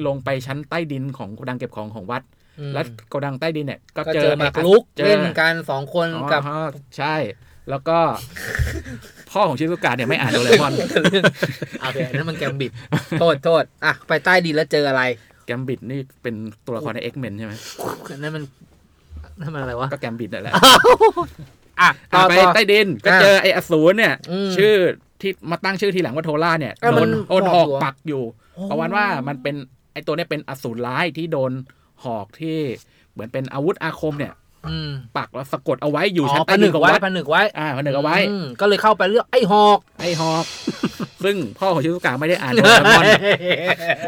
[SPEAKER 4] ลงไปชั้นใต้ดินของโกดังเก็บของของวัด
[SPEAKER 2] อืม
[SPEAKER 4] แล้วโกดังใต้ดินเนี่ย ก็
[SPEAKER 2] ก็
[SPEAKER 4] เจ
[SPEAKER 2] เจ
[SPEAKER 4] อ
[SPEAKER 2] อหมาก
[SPEAKER 4] ไอ้
[SPEAKER 2] ลุก
[SPEAKER 4] เจอ
[SPEAKER 2] เล่นกันสองคนกับ
[SPEAKER 4] อ๋อใช่ แล้วก็ พ่อของชิซุกะเนี่ยไม่อ่านโดเรมอน
[SPEAKER 2] โอ เคนั่นมันแก มบิด โทษโทษอ่ะไปใต้ดินแล้วเจออะไร
[SPEAKER 4] แกมบิดนี่เป็นตัวละครใน X-Men ใช่ไหม
[SPEAKER 2] อันนั่นมันนั่นมันอะไรวะ
[SPEAKER 4] ก็แกมบิดนั่นแหละ
[SPEAKER 2] อ่ะต่
[SPEAKER 4] อ่ะ
[SPEAKER 2] อ
[SPEAKER 4] ไป
[SPEAKER 2] ต่อ
[SPEAKER 4] ใต้ดินก็
[SPEAKER 2] อ่ะ
[SPEAKER 4] เจอไอ้อสูรเนี่ย
[SPEAKER 2] อืม
[SPEAKER 4] ชื่อที่มาตั้งชื่อทีหลังว่าโทล่าเนี่ย
[SPEAKER 2] อ่ะ
[SPEAKER 4] โด
[SPEAKER 2] มัน
[SPEAKER 4] นโดนหอก
[SPEAKER 2] บอกอยู่
[SPEAKER 4] ปักอยู่
[SPEAKER 2] อ๋อ
[SPEAKER 4] ประวันว่ามันเป็นไอ้ตัวเนี้ยเป็นอสูรร้ายที่โดนหอกที่เหมือนเป็นอาวุธอาคมเนี่ย
[SPEAKER 2] อืม
[SPEAKER 4] ปักแล้วสะกดเอาไว้อยู่ชั้น
[SPEAKER 2] ผ
[SPEAKER 4] ใต้ดิ
[SPEAKER 2] นึ
[SPEAKER 4] น
[SPEAKER 2] ก
[SPEAKER 4] ของ
[SPEAKER 2] ไว้
[SPEAKER 4] วัด
[SPEAKER 2] ผนึกไว้
[SPEAKER 4] อ่าผนึกเอาไว้
[SPEAKER 2] มก็เลยเข้าไปเลือกไอ้หอก
[SPEAKER 4] ไอ้หอก ซึ่งพ่อของชิซุกะไม่ได้อ่านโดเรมอน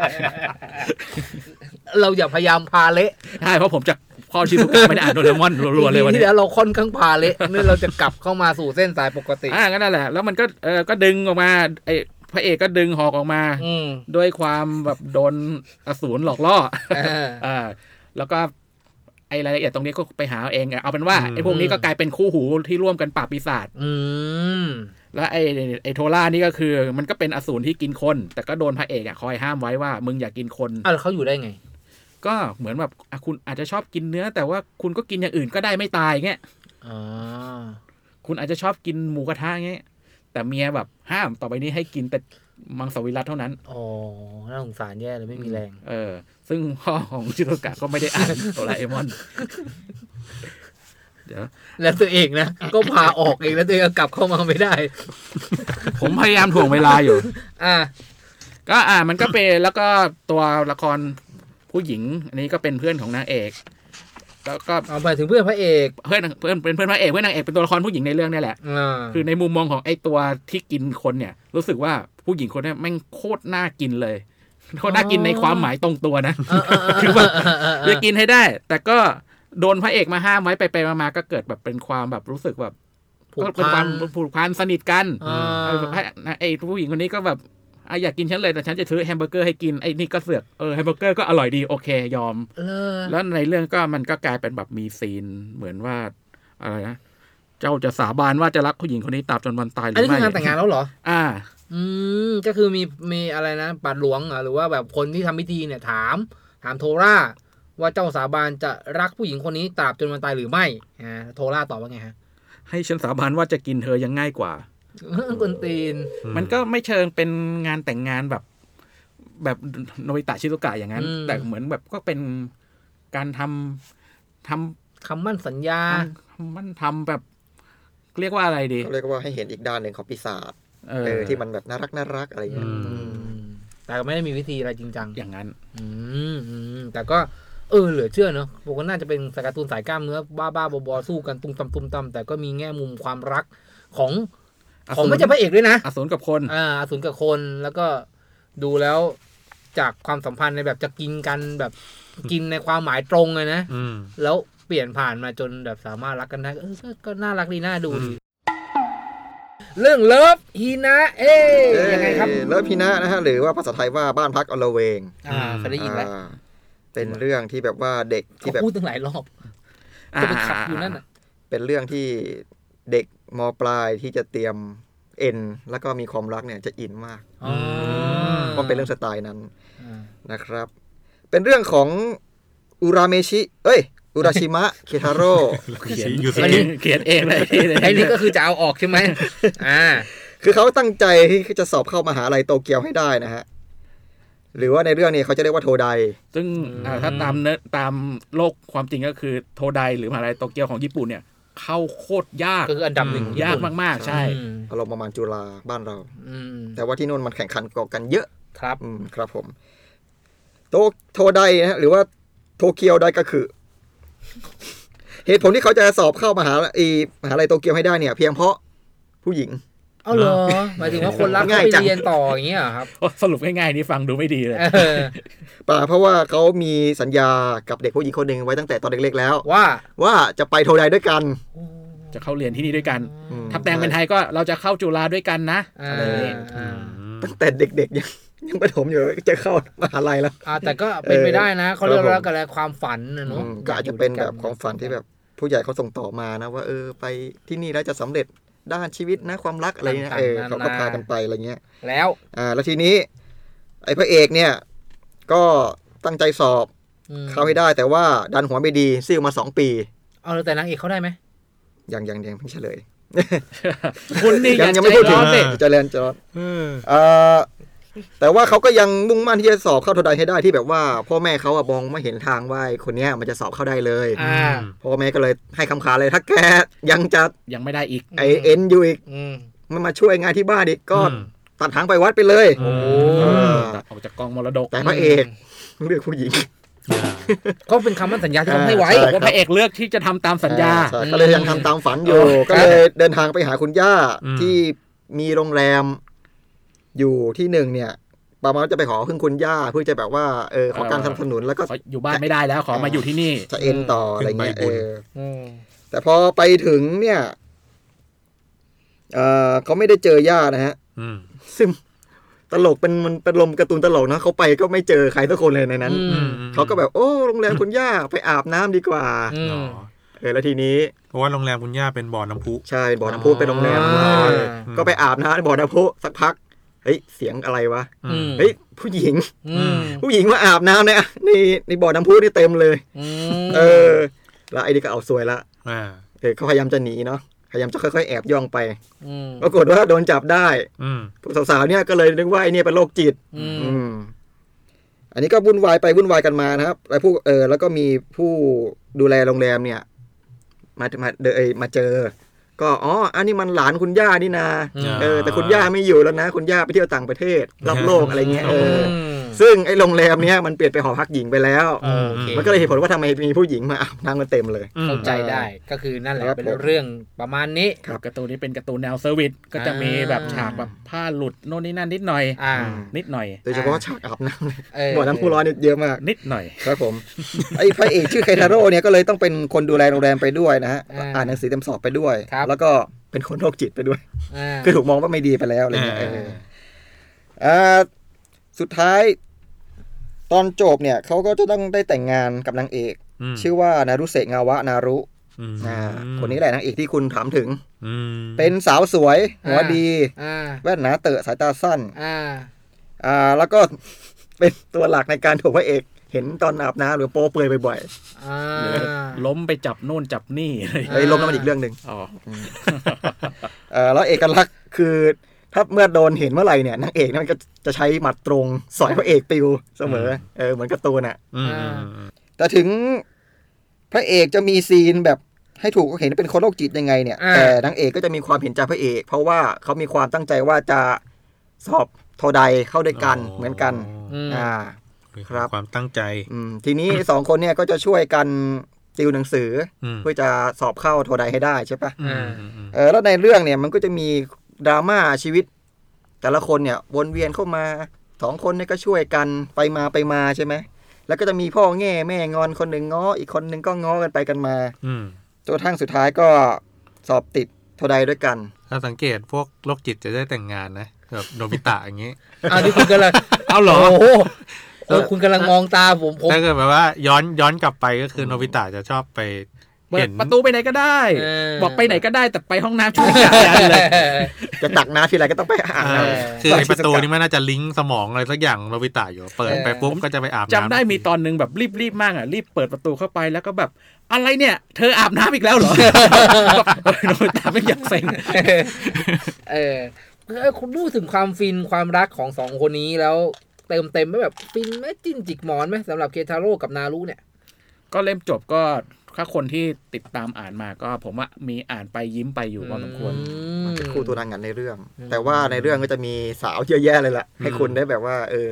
[SPEAKER 2] เราอย่าพยายามพาเละ
[SPEAKER 4] ใช่เพราะผมจากพ่อชิซุกะไม่ได้อ่านโดเรมอนรัวๆเลยวัน
[SPEAKER 2] ที่
[SPEAKER 4] เนี้ย
[SPEAKER 2] แล้วเราค่อนข้างพาเละนี่เราจะกลับเข้ามาสู่เส้นสายปกติ
[SPEAKER 4] อ่าก็นั่นแหละ แล้วมันก็เออก็ดึงออกมาไอพระเอกก็ดึงหอกออกมา
[SPEAKER 2] อืม
[SPEAKER 4] ด้วยความแบบโดนอสูรหลอกล่ อ
[SPEAKER 2] เออ
[SPEAKER 4] อ่าแล้วก็ไอรายละเอียดตรงนี้ก็ไปหาเอาเองอะเอาเป็นว่า
[SPEAKER 3] อืม
[SPEAKER 4] ไอพวกนี้ก็กลายเป็นคู่หูที่ร่วมกันปราบปีศาจ
[SPEAKER 2] อืม
[SPEAKER 4] แล้วไอไอโทล่านี่ก็คือ มันก็เป็นอสูรที่กินคน แต่ก็โดนพระเอกอะคอยห้ามไว้ว่ามึงอย่ากกินคน
[SPEAKER 2] อ้าวแล้วเขาอยู่ได้ไง
[SPEAKER 4] ก็เหมือนแบบอ่ะคุณอาจจะชอบกินเนื้อ แต่ว่าคุณก็กินอย่างอื่นก็ได้ไม่ตายเงี้ย
[SPEAKER 2] อ๋อ
[SPEAKER 4] คุณอาจจะชอบกินหมูกระทะเงี้ย แต่เมียแบบห้ามต่อไปนี้ให้กินแต่มังสวิรัตเท่านั้น
[SPEAKER 2] อ๋อ น่าสงสารแย่เลยไม่มีแรง
[SPEAKER 4] เออ ซึ่งพ่อของชิโตกะก็ไม่ได้อ่านโดราเอมอน เดี๋ยว
[SPEAKER 2] แล้วตัวเองนะ ก็พาออกเองแล้วตัวเองก็กลับเข้ามาไม่ได้
[SPEAKER 4] ผมพยายามถ่วงเวลาอยู่
[SPEAKER 2] อ่า
[SPEAKER 4] ก็อ่ามันก็เป็นแล้วก็ตัวละครผู้หญิง อันนี้ก็เป็นเพื่อนของนางเอก แล้วก็
[SPEAKER 2] เอาไปถึงเพื่อนพระเอก
[SPEAKER 4] เพื่อนเพื่อนเป็นเพื่อนพระเอกเพื่อนนางเอกเป็นตัวละครผู้หญิงในเรื่องเนี่ยแหละ
[SPEAKER 2] อ่า
[SPEAKER 4] คือในมุมมองของไอ้ตัวที่กินคนเนี่ย รู้สึกว่าผู้หญิงคนเนี้แม่งโคตรน่ากินเลยโคตรน่ากินในความหมายตรงตัวนะ
[SPEAKER 2] คือว่าเอ
[SPEAKER 4] จะ
[SPEAKER 2] อ
[SPEAKER 4] กินให้ได้ แต่ก็โดนพระเอกมาห้ามไว้ไปไปๆมาๆก็เกิดแบบเป็นความแบบรู้สึกแบบ
[SPEAKER 2] ผูก
[SPEAKER 4] ก็เป็นค
[SPEAKER 2] พั
[SPEAKER 4] วาน มผูกพันสนิทกัน
[SPEAKER 2] อ่า
[SPEAKER 4] เออพระไอ้ผู้หญิงคนนี้ก็แบบอ่ะอยากกินฉันเลยแต่ฉันจะซื้อแฮมเบอร์เกอร์ให้กินไอ้นี่ก็เสือกเออแฮมเบอร์เกอร์ก็อร่อยดีโอเคยอม
[SPEAKER 2] เออ
[SPEAKER 4] แล้วในเรื่องก็มันก็กลายเป็นแบบมีซีนเหมือนว่าอะไรนะ เจ้าจะสาบานว่าจะรักผู้หญิงคนนี้ตราบจนวันตายหรื
[SPEAKER 2] อัน
[SPEAKER 4] อ
[SPEAKER 2] นี้
[SPEAKER 4] ไม่
[SPEAKER 2] คืองานแต่งงานแล้วเหรอ
[SPEAKER 4] อ่า
[SPEAKER 2] อืมก็คือมีมีอะไรนะปัดหลวงเหรอหรือว่าแบบคนที่ทำพิธีเนี่ยถาม ถามโทรา ว่าเจ้าสาบานจะรักผู้หญิงคนนี้ตราบจนวันตายหรือไม่อ่าโทราตอบว่าไง ฮะ
[SPEAKER 4] ให้ฉันสาบานว่าจะกินเธอยังง่ายกว่า
[SPEAKER 2] กวนตีน
[SPEAKER 4] มันก็ไม่เชิงเป็นงานแต่งงานแบบ แบบโนบิตะชิโตกะอย่างนั้น
[SPEAKER 2] อืม
[SPEAKER 4] แต่เหมือนแบบก็เป็นการทำทำ
[SPEAKER 2] คำมั่นสัญญา
[SPEAKER 4] มันทำแบบ เรียกว่าอะไรดี
[SPEAKER 5] เขาเรียกว่าให้เห็นอีกด้านหนึ่งของปีศาจ
[SPEAKER 4] เอ
[SPEAKER 5] เออที่มันแบบน่ารักน่ารักอะไรเงี้ย
[SPEAKER 3] อืม
[SPEAKER 5] อืม
[SPEAKER 2] อืมแต่ก็ไม่ได้มีวิธีอะไรจริงจัง
[SPEAKER 4] อย่างนั้น
[SPEAKER 2] อืมอืมแต่ก็เออเหลือเชื่อเนอะผมก็น่าจะเป็นสายการ์ตูนสายกล้ามเนื้อบ้าบ้าๆบอๆสู้กันตุ้มตำตุ้มตำแต่ก็มีแง่มุมความรักของของไม่ใช่พระเอกด้วยนะ
[SPEAKER 4] อสูรกับคน
[SPEAKER 2] อ่าอสูรกับคนแล้วก็ดูแล้วจากความสัมพันธ์ในแบบจะกินกันแบบกินในความหมายตรง เลยนะ
[SPEAKER 3] อืม
[SPEAKER 2] แล้วเปลี่ยนผ่านมาจนแบบสามารถรักกันได้ เออก็ก็น่ารักดีน่าดูดี เรื่องเลิฟฮีนะเอ้ยยังไงครับ
[SPEAKER 5] เอ่อเลิฟพินะนะฮะหรือว่าภาษาไทยว่าบ้านพักอลเวง
[SPEAKER 2] อ่าเคยได้ยินแล้ว
[SPEAKER 5] อ่าเป็นเรื่องที่แบบว่าเด็กที่
[SPEAKER 2] ที่
[SPEAKER 5] แบบ
[SPEAKER 2] พูดตั้งหลายรอบ
[SPEAKER 4] อ่า
[SPEAKER 2] จะไปขับอยู่นั่นน่ะ
[SPEAKER 5] เป็นเรื่องที่เด็กมปลายที่จะเตรียมเอ็นแล้วก็มีความรักเนี่ยจะอินมาก
[SPEAKER 2] อ๋อ
[SPEAKER 5] เพราะเป็นเรื่องสไตล์นั้น
[SPEAKER 2] อ่า
[SPEAKER 5] นะครับ เป็นเรื่องของอุราเมชิ เอ้ย อุราชิมะ เคทาโร่
[SPEAKER 4] เขียน
[SPEAKER 3] อยู่สิ
[SPEAKER 4] เองเขียนเองเลย
[SPEAKER 2] ไอ้นี่ก็คือจะเอาออกใช่ไหม อ่า
[SPEAKER 5] คือเขาตั้งใจที่จะสอบเข้ามหาลัยโตเกียวให้ได้นะฮะ หรือว่าในเรื่องนี้เขาจะเรียกว่าโทได
[SPEAKER 4] ซึ่งอ่าถ้าตามเนื้อตามโลกความจริงก็คือโทไดหรือมหาลัยโตเกียวของญี่ปุ่นเนี่ย เข้าโคตรยาก
[SPEAKER 2] ก็คืออันดับหนึ่งของ
[SPEAKER 4] ยาก
[SPEAKER 2] ญี่ปุ่น
[SPEAKER 4] มากๆ ใช่
[SPEAKER 2] อืม
[SPEAKER 5] อารมณ์ประมาณจุฬาบ้านเรา
[SPEAKER 2] อืม
[SPEAKER 5] แต่ว่าที่โน่นมันแข่งขันกันเยอะ
[SPEAKER 2] ครับ
[SPEAKER 5] อืมครับผม โตโทไดนะฮะหรือว่าโตเกียวไดก็คือ เหตุผลที่เขาจะสอบเข้ามหาลัยอีมหาลัยโตเกียวให้ได้เนี่ย เพียงเพราะผู้หญิง
[SPEAKER 2] เอาเหรอหมายถึงว่าคนรักก็
[SPEAKER 5] ง่าย
[SPEAKER 2] ไป
[SPEAKER 5] จัง
[SPEAKER 2] เรียนต่ออย่างเงี้ยเหรอครับ
[SPEAKER 4] สรุปง่ายๆ นี่ฟังดูไม่ดีเลย
[SPEAKER 2] เออ
[SPEAKER 5] ป่าเพราะว่าเขามีสัญญากับเด็กผู้หญิงคนหนึ่งไว้ตั้งแต่ตอนเล็กๆแล้ว
[SPEAKER 2] ว่า
[SPEAKER 5] ว่าจะไปโทไดด้วยกัน
[SPEAKER 4] จะเข้าเรียนที่นี่ด้วยกัน
[SPEAKER 5] อืม
[SPEAKER 4] ถ้าแปลงเป็นไทยก็เราจะเข้าจุฬาด้วยกันนะ
[SPEAKER 2] อ่าอ่า
[SPEAKER 5] ตั้งแต่เด็กๆยังยังประถมอยู่เลยจะเข้ามหาลัยแล้ว
[SPEAKER 2] อ่าแต่ก็เป็นไปได้นะเขาเรียก
[SPEAKER 5] ครับผม
[SPEAKER 2] ว่าอะไรความฝันนะเนาะ
[SPEAKER 5] อืมก็อาจจะเป็นแบบของฝันที่แบบผู้ใหญ่เขาส่งต่อมานะ ว่าเออไปที่นี่แล้วจะสำเร็จด้านชีวิตนะความรักอะไรเนี่ยเออเขาก็พากันไปอะไรเงี้ย
[SPEAKER 2] แล้ว
[SPEAKER 5] อ่าแล้วทีนี้ ไอ้พระเอกเนี่ย ก็ตั้งใจสอบ
[SPEAKER 2] อืม
[SPEAKER 5] เข้าให้ได้แต่ว่าดันหัวไม่ดีซิ่วมาสองปี
[SPEAKER 2] เอาแต่นางเอกเขาได้ไหม
[SPEAKER 5] อย่างอย่างเดียวเพิ่งเฉลย
[SPEAKER 4] คุณนี่
[SPEAKER 5] ยั
[SPEAKER 4] อา
[SPEAKER 5] ยังไม่พูดถึง
[SPEAKER 4] ใจร้อนสิ
[SPEAKER 5] เจริญเจริญ
[SPEAKER 3] เออ
[SPEAKER 5] เอ่อแต่ว่าเขาก็ยังมุ่งมั่นที่จะสอบเข้าโทไดให้ได้ที่แบบว่า พ่อแม่เขาอะมองไม่เห็นทางว่าไอ้คนเนี้ยมันจะสอบเข้าได้เลย
[SPEAKER 2] อ่า
[SPEAKER 5] พ่อแม่ก็เลยให้คำขาเลยถ้าแกยังจะ
[SPEAKER 4] ยังไม่ได้อีก
[SPEAKER 5] ไอเอ็นอยู่อีก
[SPEAKER 2] อืม
[SPEAKER 5] ไม่มาช่วยงานที่บ้านอีกก็
[SPEAKER 3] อืม
[SPEAKER 5] ตัดหางไปวัดไปเลย
[SPEAKER 2] โอ้
[SPEAKER 5] เออ
[SPEAKER 4] ออกจากกองมรดก
[SPEAKER 5] แต่พระเอกเลือกผู้หญิง
[SPEAKER 2] ก็เป็นคำมั่นสัญญาที่เขาให้ไว้
[SPEAKER 5] ใช่
[SPEAKER 4] ว่าพระเอกเลือกที่จะทำตามสัญญา
[SPEAKER 5] ใช่ก็เลยยังทำตามฝันอยู่
[SPEAKER 2] อืม
[SPEAKER 5] ก็เลยเดินทางไปหาคุณย่า
[SPEAKER 3] อืม
[SPEAKER 5] ที่มีโรงแรมอยู่ที่หนึ่งเนี่ยประมาณว่าจะไปขอพึ่งคุณย่าเพื่อจะแบบว่าเออขอการ
[SPEAKER 4] เออ
[SPEAKER 5] สนับสนุนแล้วก็
[SPEAKER 4] ขออยู่บ้านไม่ได้แล้วขอมาอยู่ที่นี่
[SPEAKER 5] จะเอ็นต่ออะไรเงี้ย
[SPEAKER 3] ขึ้ไป
[SPEAKER 5] เอน
[SPEAKER 3] บุญ
[SPEAKER 5] อ
[SPEAKER 2] อืม
[SPEAKER 5] แต่พอไปถึงเนี่ยเออเขาไม่ได้เจอย่านะฮะ
[SPEAKER 3] อืม
[SPEAKER 5] ซึ่งตลกเป็นมันเป็นลมการ์ตูนตลกนะเขาไปก็ไม่เจอใครสักคนเลยในนั้น
[SPEAKER 2] อืม
[SPEAKER 5] เขาก็แบบโอ้โรงแรมคุณย่าไปอาบน้ำดีกว่า
[SPEAKER 2] อื
[SPEAKER 3] อ๋อ
[SPEAKER 2] ม
[SPEAKER 5] เออแล้วทีนี้
[SPEAKER 3] เพราะว่าโรงแรมคุณย่าเป็นบ่อน้ำพุ
[SPEAKER 5] ใช่บ่อน้ำพุเป็นโรงแรม
[SPEAKER 3] อ๋
[SPEAKER 5] ร้
[SPEAKER 3] อ
[SPEAKER 5] อน
[SPEAKER 3] อืม
[SPEAKER 5] ก็ไปอาบน้ำในบ่อน้ำพุสักพัก เฮ้ย เสียงอะไรวะ
[SPEAKER 2] อืม
[SPEAKER 5] เฮ้ย ผู้หญิง
[SPEAKER 2] อืม
[SPEAKER 5] ผู้หญิงมาอาบน้ำเนี่ยในในบ่อน้ำพุนี่เต็มเลย
[SPEAKER 2] อืม
[SPEAKER 5] เออ แล้วไอ้นี่ก็เอาสวยละ
[SPEAKER 3] อ่า
[SPEAKER 5] เออเขาพยายามจะหนีเนาะพยายามจะค่อยๆแอบย่องไป
[SPEAKER 2] ม
[SPEAKER 5] ปรากฏว่าโดนจับได้
[SPEAKER 3] อืม
[SPEAKER 5] พวกสาวๆเนี่ยก็เลยนึกว่าไอ้เนี่ยเป็นโรคจิต
[SPEAKER 2] อืม
[SPEAKER 5] อืม อันนี้ก็วุ่นวายไปวุ่นวายกันมานะครับแล้วผู้เออแล้วก็มีผู้ดูแลโรงแรมเนี่ย มามาเดนเอยมาเจอ ก็อ๋ออันนี้มันหลานคุณย่านี่นา
[SPEAKER 3] อ่า
[SPEAKER 5] เออแต่คุณย่าไม่อยู่แล้วนะ คุณย่าไปเที่ยวต่างประเทศรับโลกอะไรเงี้ยเอออ
[SPEAKER 2] ม
[SPEAKER 5] ซึ่งไอ้โรงแรมเนี้ยมันเปลี่ยนไปหอพักหญิงไปแล้ว
[SPEAKER 2] เออโอค
[SPEAKER 5] มันก็เลยเห็นผลว่าทำไมมีผู้หญิงมาอาบน้ำกันเต็มเลย
[SPEAKER 3] อืม
[SPEAKER 2] เข้าใจได้ก็คือนั่นแหละ
[SPEAKER 5] ครับ
[SPEAKER 2] เป็น
[SPEAKER 5] ผม
[SPEAKER 2] เรื่องประมาณนี้
[SPEAKER 5] ครับ
[SPEAKER 4] การ์ตูนนี้เป็นการ์ตูนแนวเซอร์วิสก็จะมีแบบฉากแบบผ้าหลุดโน่นนี่นั่นนิดหน่อย
[SPEAKER 2] อ่า
[SPEAKER 4] นิดหน่อย
[SPEAKER 5] โดยเฉพาะฉากอาบน้ำเลย
[SPEAKER 2] เออ
[SPEAKER 5] บ่อน้ำพุร้อนเนี่ยเยอะมาก
[SPEAKER 4] นิดหน่อย
[SPEAKER 5] ครับผม ไอ้พระเอกชื่อไคทาโร่เนี่ยก็เลยต้องเป็นคนดูแลโรงแรมไปด้วยนะฮะ
[SPEAKER 2] อ่า
[SPEAKER 5] อ่านหนังสือเต็มสอบไปด้วย
[SPEAKER 2] ครับ
[SPEAKER 5] แล้วก็เป็นคนโรคจิตไปด้วย
[SPEAKER 2] อ่า
[SPEAKER 5] คือถูกมองว่าไม่ดีไปแล้วอะไร
[SPEAKER 3] อ่า
[SPEAKER 5] เงี้ยเอออ่าสุดท้าย ตอนจบเนี่ยเขาก็จะต้องได้แต่งงานกับนางเอก
[SPEAKER 3] ม
[SPEAKER 5] ชื่อว่านารุเสะงาวะนารุ
[SPEAKER 3] อืม
[SPEAKER 5] อ่าคนนี้แหละนางเอกที่คุณถามถึง
[SPEAKER 3] อืม
[SPEAKER 5] เป็นสาวสวย หัว
[SPEAKER 2] อ่า
[SPEAKER 5] ดี
[SPEAKER 2] อ่า
[SPEAKER 5] แว่นหนาเตอะสายตาสั้น
[SPEAKER 2] อ่า
[SPEAKER 5] อ่า แล้วก็ เป็นตัวหลักในการถูกพระเอก เห็นตอนอาบน้ำหรือโป๊เปลือยบ่อย
[SPEAKER 2] อ่า
[SPEAKER 4] หรือล้มไปจับโน่นจับนี่อะไร
[SPEAKER 5] ๆไอ้ลมนั่นมันอีกเรื่องหนึ่ง
[SPEAKER 4] อ๋อ
[SPEAKER 5] เอ่อแล้วเอกลักษณ์คือ ถ้าเมื่อโดนเห็นเมื่อไหร่เนี่ยนางเอกเนี่ยมันก็จะใช้หมัดตรงสอยพระเอกติวเสมอเออเหมือนการ์ตูนอ่ะ
[SPEAKER 3] อืม
[SPEAKER 2] อ่า
[SPEAKER 3] อืม
[SPEAKER 5] แต่ถึงพระเอกจะมีซีนแบบให้ถูกเห็นเป็นคนโรคจิตยังไงเนี่ย
[SPEAKER 2] อ่า
[SPEAKER 5] แต่นางเอกก็จะมีความเห็นใจพระเอก เพราะว่าเขามีความตั้งใจว่าจะสอบโทไดเข้าด้วยกันเหมือนกัน
[SPEAKER 2] อืม
[SPEAKER 5] อ่า ค
[SPEAKER 3] ค
[SPEAKER 5] รั
[SPEAKER 3] รับ บความตั้งใจ
[SPEAKER 5] อืมทีนี้ สองคนเนี่ยก็จะช่วยกันติวหนังสือ
[SPEAKER 3] อืม
[SPEAKER 5] เพื่อจะสอบเข้าโทไดให้ได้ใช่ปะ
[SPEAKER 3] อืมอืม
[SPEAKER 5] เออแล้วในเรื่องเนี่ยมันก็จะมีดราม่าชีวิต แต่ละคนเนี่ยวนเวียนเข้ามาสองคนเนี่ยก็ช่วยกันไปมาไปมาใช่ไหมแล้วก็จะมีพ่อแง่แม่งอนคนหนึ่งง้ออีกคนหนึ่งก็ง้อกันไปกันมา
[SPEAKER 3] อืม
[SPEAKER 5] จนกระทั่งสุดท้ายก็สอบติดโทไดด้วยกัน
[SPEAKER 3] ถ้าสังเกตพวกโรคจิตจะได้แต่งงานนะแบบโนบิตะอย่างงี้
[SPEAKER 2] อ่าที่คุณกำลัง
[SPEAKER 4] เอาเหรอ
[SPEAKER 2] โอ้โหเออคุณกำลังมองตาผมผม
[SPEAKER 3] ถ้าเกิดแบบว่าย้อนย้อนกลับไปก็คือโนบิตะจะชอบไป
[SPEAKER 4] เปิ
[SPEAKER 3] เห็
[SPEAKER 4] ด
[SPEAKER 3] น
[SPEAKER 4] ประตูไปไหนก็ได้
[SPEAKER 2] เออ
[SPEAKER 4] บอกไปไหนก็ได้แต่ไปห้องน้ำช่วยกันเลย
[SPEAKER 5] จะตักน้ำทีไรก็ต้องไปอ่าน
[SPEAKER 3] เอ
[SPEAKER 5] น้
[SPEAKER 3] อ
[SPEAKER 5] ำ
[SPEAKER 3] คือไอประตูนี่มันน่าจะลิงก์สมองอะไรสักอย่างของโนบิตะอยู่เปิดไปปุ๊บก็จะไปอาบน้ำ
[SPEAKER 4] จำได้มีตอนหนึ่งแบบรีบรีบๆมากอ่ะรีบเปิดประตูเข้าไปแล้วก็แบบ อะไรเนี่ย เธออาบน้ำอีกแล้วเหรอ โนบิตาไม่อยากเซ็ง
[SPEAKER 2] เออเออคุณพูดถึงความฟินความรักของสองคนนี้แล้วเติมเต็มไหมแบบฟินไหมจิ้นจิกหมอนไหมสำหรับเคทาโร่กับนารุเนี่ย
[SPEAKER 4] ก็เล่มจบก็ถ้าคนที่ติดตามอ่านมาก็ผมว่ามีอ่านไปยิ้มไปอยู่พอสมควร
[SPEAKER 5] มันเป็นคู่ตัวนางกันในเรื่อง แต่ว่าในเรื่องก็จะมีสาวเยอะแยะเลยล่ะ ให้คุณได้แบบว่า เออ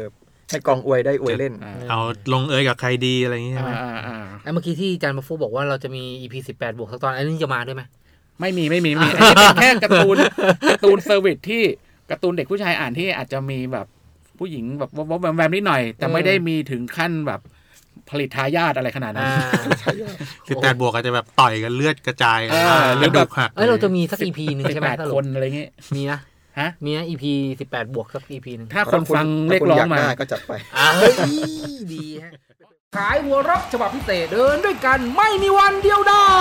[SPEAKER 5] ให้กองอวยได้อวยเล่น
[SPEAKER 4] อ่า
[SPEAKER 3] เอาลงเอยกับใครดีอะไรอย่างงี้ใช่ไหม
[SPEAKER 4] อ่าอ่า
[SPEAKER 2] ไอ้เมื่อกี้ที่อาจารย์มาฟูบอกว่าเราจะมี EP 18 บวกสักตอน อันนี้จะมาด้วยไหม
[SPEAKER 4] ไม่มีไม่มีไม่มีอันนี้เป็นแค่การ์ตูนการ์ตูนเซอร์วิสที่การ์ตูนเด็กผู้ชายอ่านที่อาจจะมีแบบผู้หญิงแบบวบๆแวมๆนิดหน่อย แต่ไม่ได้มีถึงขั้นแบบผลิตทายาทอะไรขนาดนั้น
[SPEAKER 3] สิบแปดบวกอาจจะแบบต่อยกันเลือดกระจายกัน
[SPEAKER 4] อ่าหรื
[SPEAKER 3] กระ
[SPEAKER 4] อแบ
[SPEAKER 3] ดู
[SPEAKER 4] บ
[SPEAKER 3] กหัก
[SPEAKER 2] เอ้ยเราจะมีสัก EP หนึ่ง
[SPEAKER 4] สิ
[SPEAKER 2] ใช่
[SPEAKER 4] บ
[SPEAKER 2] ไหม
[SPEAKER 4] แปด
[SPEAKER 2] สรุป
[SPEAKER 4] คนอะไรเงี้ย
[SPEAKER 2] มีนะ
[SPEAKER 4] ฮะ
[SPEAKER 2] มีนะ EP 18 บวกสัก EP หนึ่ง
[SPEAKER 4] ถ้าคนฟังเรียกร้องมา
[SPEAKER 5] ถ้คุณยได้ก็จัดไป
[SPEAKER 2] อ่าเฮ้ย ดีฮะ ขายหัวเรบฉบับพิเศษเดินด้วยกันไม่มีวันเดียวได้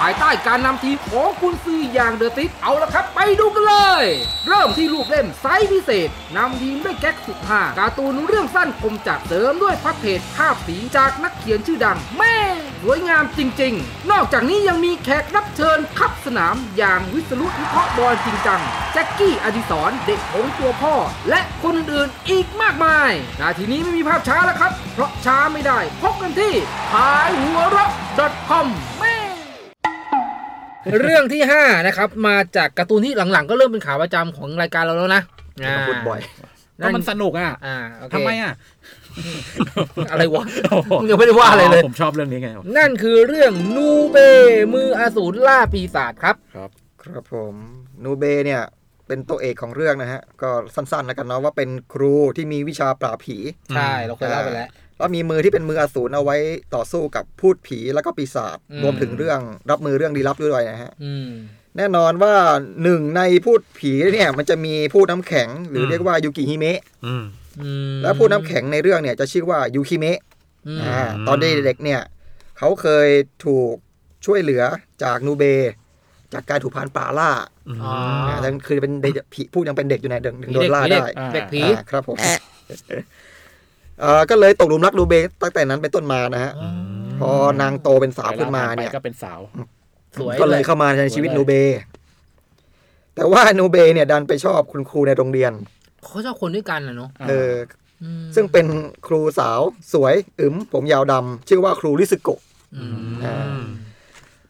[SPEAKER 2] ภายใต้การนำทีมของคุณซื้ออย่างเดอะติกเอาละครับไปดูกันเลย เริ่มที่รูปเล่มไซส์พิเศษนำทีมด้วยแก๊กสุดฮาการ์ตูนเรื่องสั้นคมจัดเสริมด้วยพัฒเพจภาพสีจากนักเขียนชื่อดัง แม่สวยงามจริง ๆ นอกจากนี้ยังมีแขกรับเชิญขับสนามอย่างวิศรุวิเคราะห์บอลจริงจังแจ็คกี้อดิศรเด็กของส์ตัวพ่อ และคนอื่นๆอีกมากมายนาทีนี้ไม่มีภาพช้าแล้วครับ เพราะช้าไม่ได้ พบกันที่ขายหัวเรา .com เรื่องที่ 5 นะครับ มาจากการ์ตูนที่หลังๆ ก็เริ่มเป็นขาประจำของรายการเราแล้วนะ
[SPEAKER 5] พูดบ่อย
[SPEAKER 4] ก็มันสนุกอ่ะ
[SPEAKER 2] อ่าโอเค
[SPEAKER 4] ทำไมอ่ะ
[SPEAKER 2] อะไรวะ
[SPEAKER 4] โอ้โห
[SPEAKER 2] มึงยังไม่ได้ว่าอะไรเลย
[SPEAKER 4] ผมชอบเรื่องนี้ไง
[SPEAKER 2] นั่นคือเรื่องนูเบ มืออสูรล่าปีศาจครับ
[SPEAKER 5] ครับผมนูเบเนี่ย เป็นตัวเอกของเรื่องนะฮะ ก็สั้นๆแล้วกันเนาะว่าเป็นครูที่มีวิชาปราบผี
[SPEAKER 2] ใช่เราเคยเล่าไปแล้ว
[SPEAKER 5] แล้วมีมือที่เป็นมืออสูรเอาไว้ต่อสู้กับพูดผีแล้วก็ปีศาจ
[SPEAKER 2] อืม
[SPEAKER 5] รวมถึงเรื่องรับมือเรื่องลี้ลับด้วยนะฮะ
[SPEAKER 2] อืม
[SPEAKER 5] แน่นอนว่าหนึ่งในพูดผีเนี่ยมันจะมีพูดน้ำแข็ง หรือเรียกว่ายูกิฮิเมะ
[SPEAKER 3] อืม
[SPEAKER 2] อืม
[SPEAKER 5] และพูดน้ำแข็งในเรื่องเนี่ยจะชื่อว่ายูคิเมะ
[SPEAKER 2] อืม
[SPEAKER 5] อ่าตอนเด็กๆเนี่ย เขาเคยถูกช่วยเหลือจากนูเบ จากการถูกพรานป่าล่า
[SPEAKER 2] อ๋อ
[SPEAKER 5] อ่าแต่คือเป็นเด็กผีพูดยังเป็นเด็กอยู่นะเด็กโดนล่า
[SPEAKER 2] ผีเด็ก
[SPEAKER 5] ได้
[SPEAKER 2] ผีเด็กผี
[SPEAKER 4] อ่า
[SPEAKER 5] อ่าครับผมเอ่อก็เลยตกหลุมรักนูเบตั้งแต่นั้นเป็นต้นมานะฮะพอนางโตเป็นสาวขึ้นมาเนี่ย
[SPEAKER 4] ก็เป็นสาว
[SPEAKER 2] สวย
[SPEAKER 5] ก็เล
[SPEAKER 2] เลยย
[SPEAKER 5] เข้ามาในชีวิต
[SPEAKER 4] สวยเลย
[SPEAKER 5] นูเบ แต่ว่านูเบเนี่ยดันไปชอบคุณครูในโรงเรียน
[SPEAKER 2] เขาชอบคนด้วยกันนะเนาะ
[SPEAKER 5] เออ
[SPEAKER 2] อืม
[SPEAKER 5] ซึ่งเป็นครูสาวสวยอึมผมยาวดำชื่อว่าครูริสึโกะ
[SPEAKER 2] อืม
[SPEAKER 5] อ่า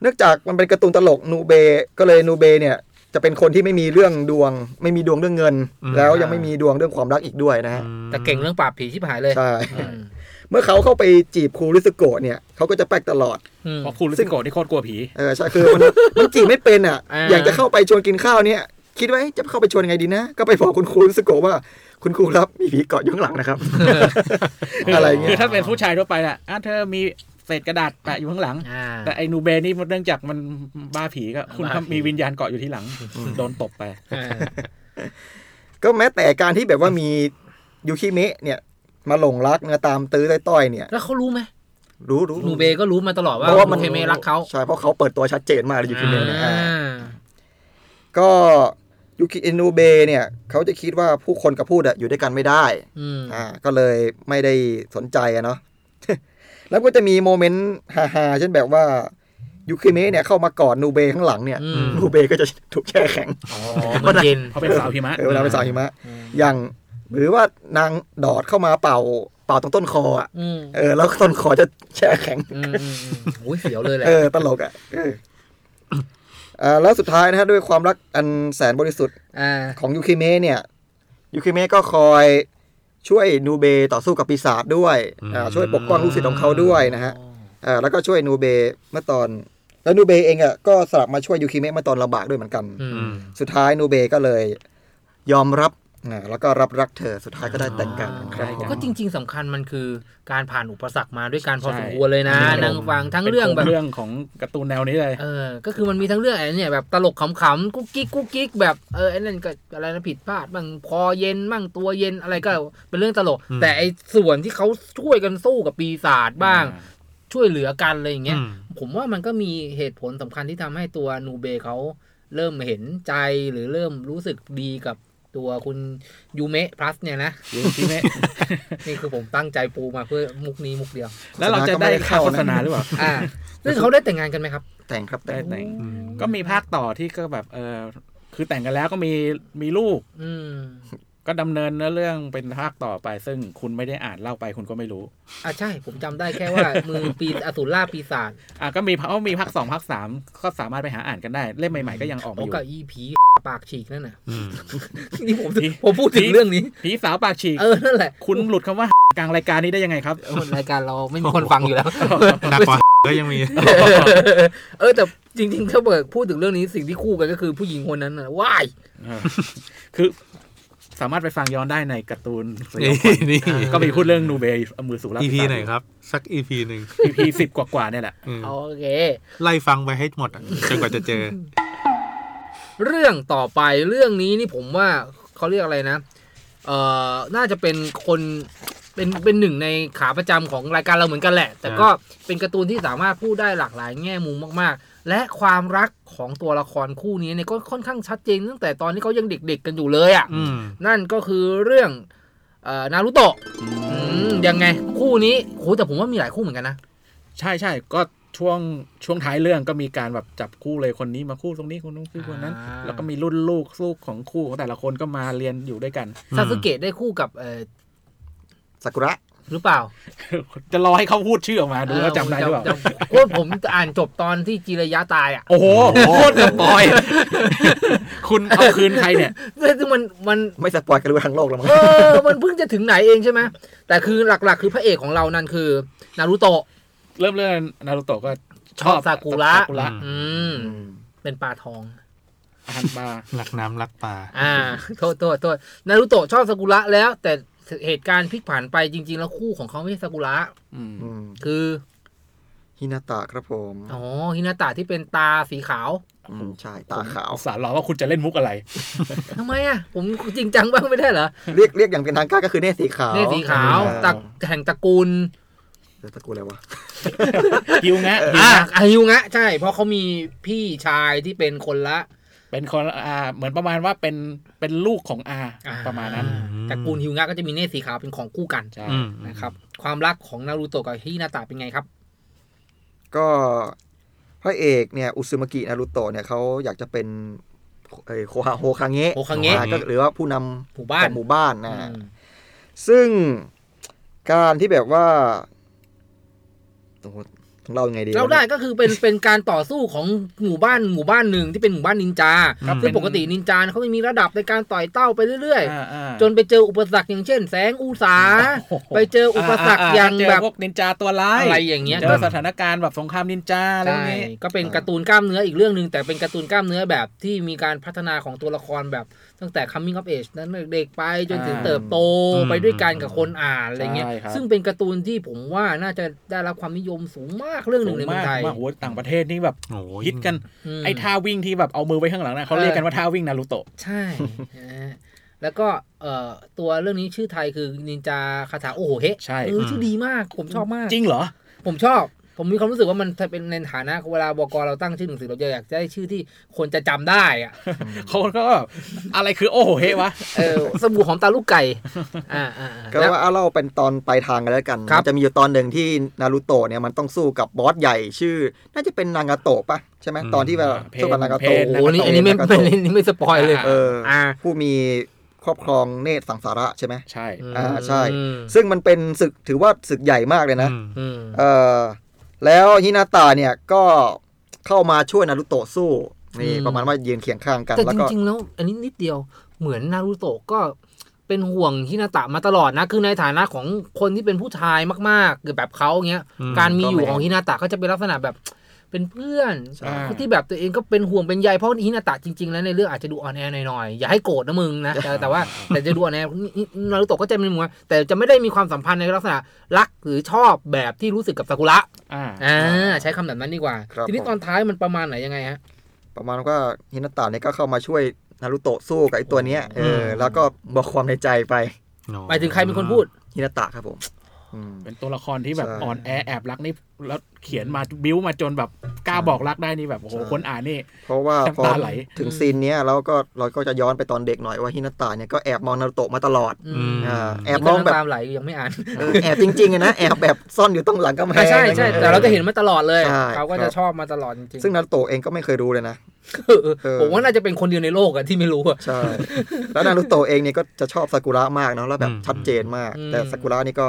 [SPEAKER 5] เนื่องจากมันเป็นการ์ตูนตลกนูเบ ก็เลยนูเบเนี่ย จะเป็นคนที่ไม่มีเรื่องดวง ไม่มีดวงเรื่องเงิน
[SPEAKER 3] อืม
[SPEAKER 5] แล้วยังไม่มีดวงเรื่องความรักอีกด้วยนะฮะ
[SPEAKER 2] แต่เก่งเรื่องปราบผีชิบหายเลย
[SPEAKER 5] ใช่
[SPEAKER 2] อืม
[SPEAKER 5] เมื่อเขาเข้าไปจีบครูริสึโกะเนี่ยเขาก็จะแป๊กตลอด
[SPEAKER 2] อืม
[SPEAKER 4] เพราะคุณรู้สึกโกรธที่โคตรกลัวผี
[SPEAKER 5] เออใช่คือมัน มันจีบไม่เป็นอ่ะ
[SPEAKER 2] อ่า
[SPEAKER 5] อยากจะเข้าไปชวนกินข้าวเนี่ย คิดไว้จะเข้าไปชวนไงดีนะ ก็ไปบอกคุณครูรู้สกโกะว่า คุณครูครับมีผีเกาะอยู่ข้างหลังนะครับ อะไรเงี้
[SPEAKER 4] คื
[SPEAKER 5] ย
[SPEAKER 4] อถ้าเป็นผู้ชายทั่วไปน่ะอ่ะเธอมีเศษกระดาษแปะอยู่ข้างหลัง
[SPEAKER 2] อ่า
[SPEAKER 4] แต่ไอ้นูเบนี่เนื่องจากมันบ้าผีก็ คุณ
[SPEAKER 2] บ้าผี
[SPEAKER 4] มีวิญญาณเกาะอยู่ที่หลัง โดนตบไป
[SPEAKER 2] อ่า
[SPEAKER 5] ก็แม้แต่การที่แบบว่ามียูคิเมะเนี่ย มาหลงรักมาตามตื้อต้อยๆเนี่ย
[SPEAKER 2] แล้วเขารู้ไหม
[SPEAKER 5] รู้รู้
[SPEAKER 2] นูเบก็รู้มาตลอดว่า
[SPEAKER 5] เพราะว่ามัน
[SPEAKER 2] เทเมรักเขา
[SPEAKER 5] ใช่เพราะเขาเปิดตัวชัดเจนมากเลยยูคิเนะเนี่ย
[SPEAKER 2] อ่า
[SPEAKER 5] อ่า ก็ยูกิอินูเบะเนี่ย เขาจะคิดว่าผู้คนกับพูดอะอยู่ด้วยกันไม่ได้
[SPEAKER 2] อืม
[SPEAKER 5] อ่า ก็เลยไม่ได้สนใจอะเนาะ แล้วก็จะมีโมเมนต์ฮาๆเช่นแบบว่ายูคิเมะเนี่ยเข้ามากอดนูเบะข้างหลังเนี่ย
[SPEAKER 2] อืม
[SPEAKER 5] นูเบะก็จะถูกแช่แข็ง
[SPEAKER 2] อ๋อมันเย็น
[SPEAKER 4] เพราะเป็นสาวหิมะ
[SPEAKER 5] เออเวลาไปสาวหิมะ
[SPEAKER 2] อืม
[SPEAKER 5] อย่าง หรือว่านางดอดเข้ามาเป่า เป่าตรงต้นคออะ
[SPEAKER 2] อืม
[SPEAKER 5] เออ แล้วต้นคอจะแช่แข็ง
[SPEAKER 2] อืมอืมอืมโอ้ยเสียวเลยแหละ
[SPEAKER 5] เออ ตลกอ่ะเออ อ่าแล้วสุดท้ายนะฮะด้วยความรักอันแสนบริสุทธิ์
[SPEAKER 2] อ่า
[SPEAKER 5] ของยูคิเมะเนี่ยยูคิเมะก็คอยช่วยนูเบต่อสู้กับปีศาจด้วย
[SPEAKER 3] อืม
[SPEAKER 5] อ่าช่วยปกป้องลูกศิษย์ของเขาด้วยนะฮะอ่าแล้วก็ช่วยนูเบเมื่อตอน แล้วนูเบเองอ่ะก็สลับมาช่วยยูคิเมะเมื่อตอนลำบากด้วยเหมือนกัน
[SPEAKER 2] อืม
[SPEAKER 3] อืม
[SPEAKER 5] สุดท้ายนูเบก็เลยยอมรับอ่าแล้วก็รับรักเธอสุดท้ายก็ได้แต่งงานกันครับผม
[SPEAKER 2] ก็จริง ๆสำคัญมันคือการผ่านอุปสรรคมาด้วยการพอสมควรเลยนะนั่งฟังทั้งเรื่องแบบ
[SPEAKER 4] ป็นเรื่องของการ์ตูนแนวนี้เลย
[SPEAKER 2] เออ ก็คือมันมีทั้งเรื่องอะไรเนี่ยแบบตลกขำๆกุ๊กกิ๊กกุ๊กกิ๊กแบบเออไอ้นั่นก็อะไรนะผิดพลาดบ้างคอเย็นบ้างตัวเย็นอะไรก็เป็นเรื่องตลก
[SPEAKER 3] อืม
[SPEAKER 2] แต่ไอ้ส่วนที่เขาช่วยกันสู้กับปีศาจบ้าง ช่วยเหลือกันอะไรอย่างเงี้ย
[SPEAKER 3] อืม
[SPEAKER 2] ผมว่ามันก็มีเหตุผลสำคัญที่ทำให้ตัวนูเบเขาเริ่มเห็นใจหรือเริ่มรู้สึกดีกับตัวคุณยูเมะพลัสเนี่ยนะ
[SPEAKER 4] ยูคิเมะ
[SPEAKER 2] นี่คือผมตั้งใจปูมาเพื่อมุกนี้มุกเดียว
[SPEAKER 4] แล้วเราจะได้ค่าโฆษณาหรือเปล่า
[SPEAKER 2] อ่าซึ่งเขาได้แต่งงานกันไหมครับ
[SPEAKER 5] แต่งครับแต่
[SPEAKER 4] ได้
[SPEAKER 5] ง
[SPEAKER 4] แต่งก็มีภาคต่อที่ก็แบบเออคือแต่งกันแล้วก็มีมีลูก
[SPEAKER 2] อืม
[SPEAKER 4] ก็ดำเนินเนื้อเรื่องเป็นภาคต่อไป ซึ่งคุณไม่ได้อ่านเล่าไปคุณก็ไม่รู้
[SPEAKER 2] อ่ะใช่ ผมจำได้แค่ว่า มือปีอสูรล่าปีศาจ
[SPEAKER 4] อ่ะก็มีเพราะมีภาคสองภาคสามก็สามารถไปหาอ่านกันได้ เล่มใหม่ๆก็ยังออก
[SPEAKER 2] โอ
[SPEAKER 4] มาอยู่
[SPEAKER 2] กับอีผีปากฉีกนั่นน่ะ
[SPEAKER 3] อืม
[SPEAKER 2] นี่ผมผมพูดถึงเรื่องนี้
[SPEAKER 4] ผีสาวปากฉีก
[SPEAKER 2] เออ นั่นแหละ
[SPEAKER 4] คุณหลุดคำว่า กลางรายการนี้ได้ยังไงครับ
[SPEAKER 2] เออรายการเราไม่มีคนฟังอยู่แล้ว
[SPEAKER 3] หนักกว่า ก็ยังมี
[SPEAKER 2] เออ แต่จริงๆถ้าเบิกพูดถึงเรื่องนี้สิ่งที่คู่กันก็คือผู้หญิงคนนั้นน่ะว้าย
[SPEAKER 4] คือสามารถไปฟังย้อนได้ในการ์ตูนสย
[SPEAKER 3] นี่
[SPEAKER 4] องขวัญ
[SPEAKER 3] นี่
[SPEAKER 4] ก็มีพูดเรื่องนูเบย์เอามือสูรา
[SPEAKER 3] อีพีไหนครับ สักอีพีหนึ่ง
[SPEAKER 4] อีพีสิบกว่าๆเนี่ยแหละ
[SPEAKER 3] อืม
[SPEAKER 2] โอเค
[SPEAKER 3] ไล่ฟังไปให้หมดอะจนกว่าจะเจอ
[SPEAKER 2] เรื่องต่อไปเรื่องนี้นี่ผมว่าเขาเรียกอะไรนะ เอ่อ น่าจะเป็นคนเป็นเป็นหนึ่งในขาประจำของรายการเราเหมือนกันแหละ แต่ก็เป็นการ์ตูนที่สามารถพูดได้หลากหลายแง่มุมมากๆ และความรักของตัวละครคู่นี้เนี่ยก็ค่อนข้างชัดเจนตั้งแต่ตอนที่เขายังเด็กๆกันอยู่เลยอ่ะ
[SPEAKER 3] อืม
[SPEAKER 2] นั่นก็คือเรื่องเอ่อนารุโตะอืมยังไงคู่นี้โหแต่ผมว่ามีหลายคู่เหมือนกันนะ
[SPEAKER 4] ใช่ใช่ก็ช่วงช่วงท้ายเรื่องก็มีการแบบจับคู่เลยคนนี้มาคู่ตรงนี้คนนู้นคู่คนนั้น
[SPEAKER 2] อ่า
[SPEAKER 4] แล้วก็มีรุ่นลูกลูกของคู่ของแต่ละคนก็มาเรียนอยู่ด้วยกัน
[SPEAKER 2] ซาสึเกะได้คู่กับเอ่อ
[SPEAKER 5] ซากุระ
[SPEAKER 2] หรือเปล่า
[SPEAKER 4] จะรอให้เขาพูดชื่อออกมาดูแล้วจำได้หรือเปล่า
[SPEAKER 2] โอ้ยผมอ่านจบตอนที่จิระยะตายอ่ะ
[SPEAKER 4] โอ้โหโคตรสปอย คุณเอาคืนใครเนี่ย
[SPEAKER 2] ซึ่งมันมัน
[SPEAKER 5] ไม่สปอยกันรู้ทั้งโลกแล้วมั้ง
[SPEAKER 2] เออ มันเพิ่งจะถึงไหนเองใช่ไหมแต่คือหลักๆ คือพระเอกของเรานั่นคือ นารุโตะ
[SPEAKER 4] เริ่มเรื่องนารูโตะก็ชอบ
[SPEAKER 2] ชอบซากุระ
[SPEAKER 4] ซากุระ
[SPEAKER 3] อื
[SPEAKER 2] อืม
[SPEAKER 3] ม
[SPEAKER 5] อืม
[SPEAKER 2] เป็นปลาทอง
[SPEAKER 4] อาหารปลา
[SPEAKER 3] รักน้ำรักป่า
[SPEAKER 2] อ่า โทษโทษโทษนารุโตะชอบซากุระแล้ว แต่เหตุการณ์พลิกผันไปจริง ๆ แล้วคู่ของเขาไม่ใช่ซากุระ
[SPEAKER 4] อืม
[SPEAKER 5] อืม
[SPEAKER 2] คือ
[SPEAKER 5] ฮินาตะครับผม
[SPEAKER 2] อ๋อฮินาตะที่เป็นตาสีขาว
[SPEAKER 5] มใช่ตาขาว
[SPEAKER 4] สารรอว่าคุณจะเล่นมุกอะไร
[SPEAKER 2] ทำไมอ่ะ ผมจริงจังบ้างไม่ได้เหรอ
[SPEAKER 5] เรียกเรียกอย่างเป็นทางการก็คือเนตรสีขาว
[SPEAKER 2] เนยสีขาว
[SPEAKER 5] อ่
[SPEAKER 2] ตักแห่งตระกูล
[SPEAKER 5] เออตระกูลอะไรวะ
[SPEAKER 4] ฮิวงะฮิว
[SPEAKER 2] อ่าง
[SPEAKER 4] ะ
[SPEAKER 2] อายุงะใช่ เพราะเขามีพี่ชายที่เป็นคนละ
[SPEAKER 4] เป็นคนอ่าเหมือนประมาณว่าเป็นเป็นลูกของอา
[SPEAKER 2] อ่
[SPEAKER 4] ประมาณนั้น
[SPEAKER 3] อืม
[SPEAKER 2] ตระกูลฮิวงะก็จะมีเนตรสีขาวเป็นของคู่กัน
[SPEAKER 4] ใช่
[SPEAKER 3] อืม
[SPEAKER 2] นะครับ ความรักของนารูโตะกับฮินาตะเป็นไงครับ
[SPEAKER 5] ก็พระเอกเนี่ยอุซึมากินารุโตะเนี่ยเขาอยากจะเป็นเอ่อโคฮาโฮคังเงะ
[SPEAKER 2] โฮคังเงะ
[SPEAKER 5] อ่าก็หรือว่าผู้น
[SPEAKER 2] หมู่
[SPEAKER 5] ำ
[SPEAKER 2] บ้า
[SPEAKER 5] ข
[SPEAKER 2] น
[SPEAKER 5] องหมู่บ้านนะ
[SPEAKER 2] อืม
[SPEAKER 5] ซึ่งการที่แบบว่าโอ้โหต้องเล่ายังไงดีวะ
[SPEAKER 2] เราได้ก็คือเป็นเป็นการต่อสู้ของหมู่บ้านหมู่บ้านหนึ่งที่เป็นหมู่บ้านนินจา
[SPEAKER 4] ครับ
[SPEAKER 2] ซึ่งปกตินินจาเขาจะมีระดับในการต่อยเต้าไปเรื่อย
[SPEAKER 4] อ่าอ่า
[SPEAKER 2] ๆ จนไปเจออุปสรรคอย่างเช่น แสงอุสา
[SPEAKER 4] โอ้โห
[SPEAKER 2] ไปเจออุปสรรคอย่าง
[SPEAKER 4] เจ
[SPEAKER 2] แบบ
[SPEAKER 4] พวกนินจาตัวร้าย
[SPEAKER 2] อะไรอย่างเงี้ย
[SPEAKER 4] เจ
[SPEAKER 2] ก็
[SPEAKER 4] อสถานการณ์แบบสงครามนินจาอะไรพว
[SPEAKER 2] ใช่
[SPEAKER 4] กนี้
[SPEAKER 2] ก็เป็นการ์ตูนกล้ามเนื้ออีกเรื่องหนึ่งแต่เป็นการ์ตูนกล้ามเนื้อแบบที่มีการพัฒนาของตัวละครแบบตั้งแต่ coming of age นั้นเด็กๆไปจนถึง
[SPEAKER 4] อ่า
[SPEAKER 2] เติบโต
[SPEAKER 3] อืม
[SPEAKER 2] ไปด้วยกันกับคนอ่านอะไรเงี้ย
[SPEAKER 4] ใช่ครับ
[SPEAKER 2] ซึ่งเป็นการ์ตูนที่ผมว่าน่าจะได้รับความนิยมสูงมากเรื่องหนึ่งในเมืองไทย
[SPEAKER 4] มากโอ้โหต่างประเทศนี่แบบ
[SPEAKER 3] โอ้โห
[SPEAKER 4] ฮิตกัน
[SPEAKER 2] ม
[SPEAKER 4] ไอ้ท่าวิ่งที่แบบเอามือไว้ข้างหลังนะเขาเรียกกันว่าท่าวิ่งนารูโตะ
[SPEAKER 2] ใช่ฮะแล้วก็เอ่อตัวเรื่องนี้ชื่อไทยคือนินจาคาถาโอโหเฮะ
[SPEAKER 4] ใช่
[SPEAKER 2] เออชื่อดีมากผมชอบมาก
[SPEAKER 4] จริงเหรอ
[SPEAKER 2] ผมชอบ ผมมีความรู้สึกว่ามันถ้าเป็นในฐานะเวลาบกเราตั้งชื่อหนังสือเราจะอยากจะได้ชื่อที่คนจะจำได้อ่ะ
[SPEAKER 4] คนก็แบบอะไรคือโอ้โหเฮวะ
[SPEAKER 2] เออสบู่หอมตาลูกไก่ อ่าอ่าอ่า
[SPEAKER 5] ก็
[SPEAKER 2] แล้ว
[SPEAKER 5] ว่าเอาเล่าเป็นตอนปลายทางกันแล้วกัน
[SPEAKER 2] ครับ
[SPEAKER 5] จะมีอยู่ตอนหนึ่งที่นารูโตะเนี่ยมันต้องสู้กับบอสใหญ่ชื่อ น่าจะเป็นนางาโตะปะใช่ไหม
[SPEAKER 3] อืม
[SPEAKER 5] ตอนที่แบบ
[SPEAKER 4] เพน
[SPEAKER 5] สู้กับนางา
[SPEAKER 4] เพ
[SPEAKER 5] โตะ
[SPEAKER 2] โอ้โหนี่อันนี้ไม่ไม่ ไม่ไม่สปอยเลย
[SPEAKER 4] อ่า
[SPEAKER 5] เออ
[SPEAKER 2] อ่า
[SPEAKER 5] ผู้มีครอบครองเนตรสังสาระใช่ไหม
[SPEAKER 4] ใช่
[SPEAKER 5] อ่าใช่
[SPEAKER 2] ม
[SPEAKER 5] ซึ่งมันเป็นศึกถือว่าศึกใหญ่มากเลยนะ
[SPEAKER 3] อืม
[SPEAKER 2] อืม
[SPEAKER 5] เออแล้วฮินาตาเนี่ยก็เข้ามาช่วยนารุโตะสู้นี่ประมาณว่ายืนเคียงข้างกัน
[SPEAKER 2] แต่
[SPEAKER 5] แล้ว
[SPEAKER 2] จ
[SPEAKER 5] ก็
[SPEAKER 2] ริงๆแล้ว อันนี้นิดเดียวเหมือนนารูโตะก็เป็นห่วงฮินาตะมาตลอดนะ คือในฐานะของคนที่เป็นผู้ชายมากๆคือแบบเขาอย่างเงี้ย
[SPEAKER 3] อืม
[SPEAKER 2] การมีอยู่ของฮินาตะก็จะเป็นลักษณะแบบเป็นเพื่อนที่แบบตัวเองก็เป็นห่วงเป็นใยเพราะฮินาตะจริง ๆ แล้วในเรื่องอาจจะดูอ่อนแอหน่อยๆอย่าให้โกรธนะมึงนะแต่แต่ว่า แต่จะดูอ่อนแอนารุโตะก็จะเป็นเหมือนแต่จะไม่ได้มีความสัมพันธ์ในลักษณะรักหรือชอบแบบที่รู้สึกกับซากุระ
[SPEAKER 4] อ่า
[SPEAKER 2] อ่าใช้คำแบบนั้นดีกว่า ทีนี้ตอนท้ายมันประมาณไหนยังไงฮะ
[SPEAKER 5] ประมาณว่าฮินาตะเนี่ยก็เข้ามาช่วยนารุโตะสู้กับไอ้ตัวเนี้ยเอออ
[SPEAKER 2] ม
[SPEAKER 5] แล้วก็บอกความในใจไป
[SPEAKER 2] หมายถึงใครเป็นคนพูด
[SPEAKER 5] ฮินาตะครับผมอืม
[SPEAKER 4] เป็นตัวละครที่แบบ
[SPEAKER 5] ใช่
[SPEAKER 4] อ่อนแอแอบรักนี่แล้วเขียนมาบิ้วมาจนแบบกล้าบอกรักได้นี่แบบโอ้โห
[SPEAKER 5] ใช่
[SPEAKER 4] คนอ่านนี่
[SPEAKER 5] เพราะว่าพอ
[SPEAKER 4] น้ำตาไหล
[SPEAKER 5] ถึงซีนเนี้ยเราก็เราก็จะย้อนไปตอนเด็กหน่อยว่าฮินาตะเนี่ยก็แอบมองนารุโตะมาตลอด
[SPEAKER 2] อืม
[SPEAKER 3] ม
[SPEAKER 5] อ่าแอ
[SPEAKER 2] แอ
[SPEAKER 5] บบ ม
[SPEAKER 2] ม
[SPEAKER 5] อ
[SPEAKER 2] อง ง
[SPEAKER 5] แบ
[SPEAKER 2] แบบ บไหลอยู่ยังไม่อ่าน
[SPEAKER 5] เออแอบจริงๆอะนะแอบแบบซ่อนอยู่ต้องหลังกำแพง
[SPEAKER 2] อ่ะใช่ใช่แต่เราจะเห็นมาตลอดเลย
[SPEAKER 5] ใช่
[SPEAKER 2] เขาก็
[SPEAKER 5] ครั
[SPEAKER 2] จะ
[SPEAKER 5] บ
[SPEAKER 2] ชอบมาตลอดจริงๆ
[SPEAKER 5] ซึ่งนารุโตะเองก็ไม่เคยรู้เลยนะ
[SPEAKER 2] เออ
[SPEAKER 5] เออ
[SPEAKER 2] ผมว่าน่าจะเป็นคนเดียวในโลกอะที่ไม่รู้อะ
[SPEAKER 5] ใช่ แล้วนารูโตะเองเนี่ยก็จะชอบซากุระมากเนาะแล้วแบ
[SPEAKER 3] อื
[SPEAKER 5] บ
[SPEAKER 3] ม
[SPEAKER 5] ชัดเจนมาก
[SPEAKER 2] อืม
[SPEAKER 5] แต่ซากุระนี่ก็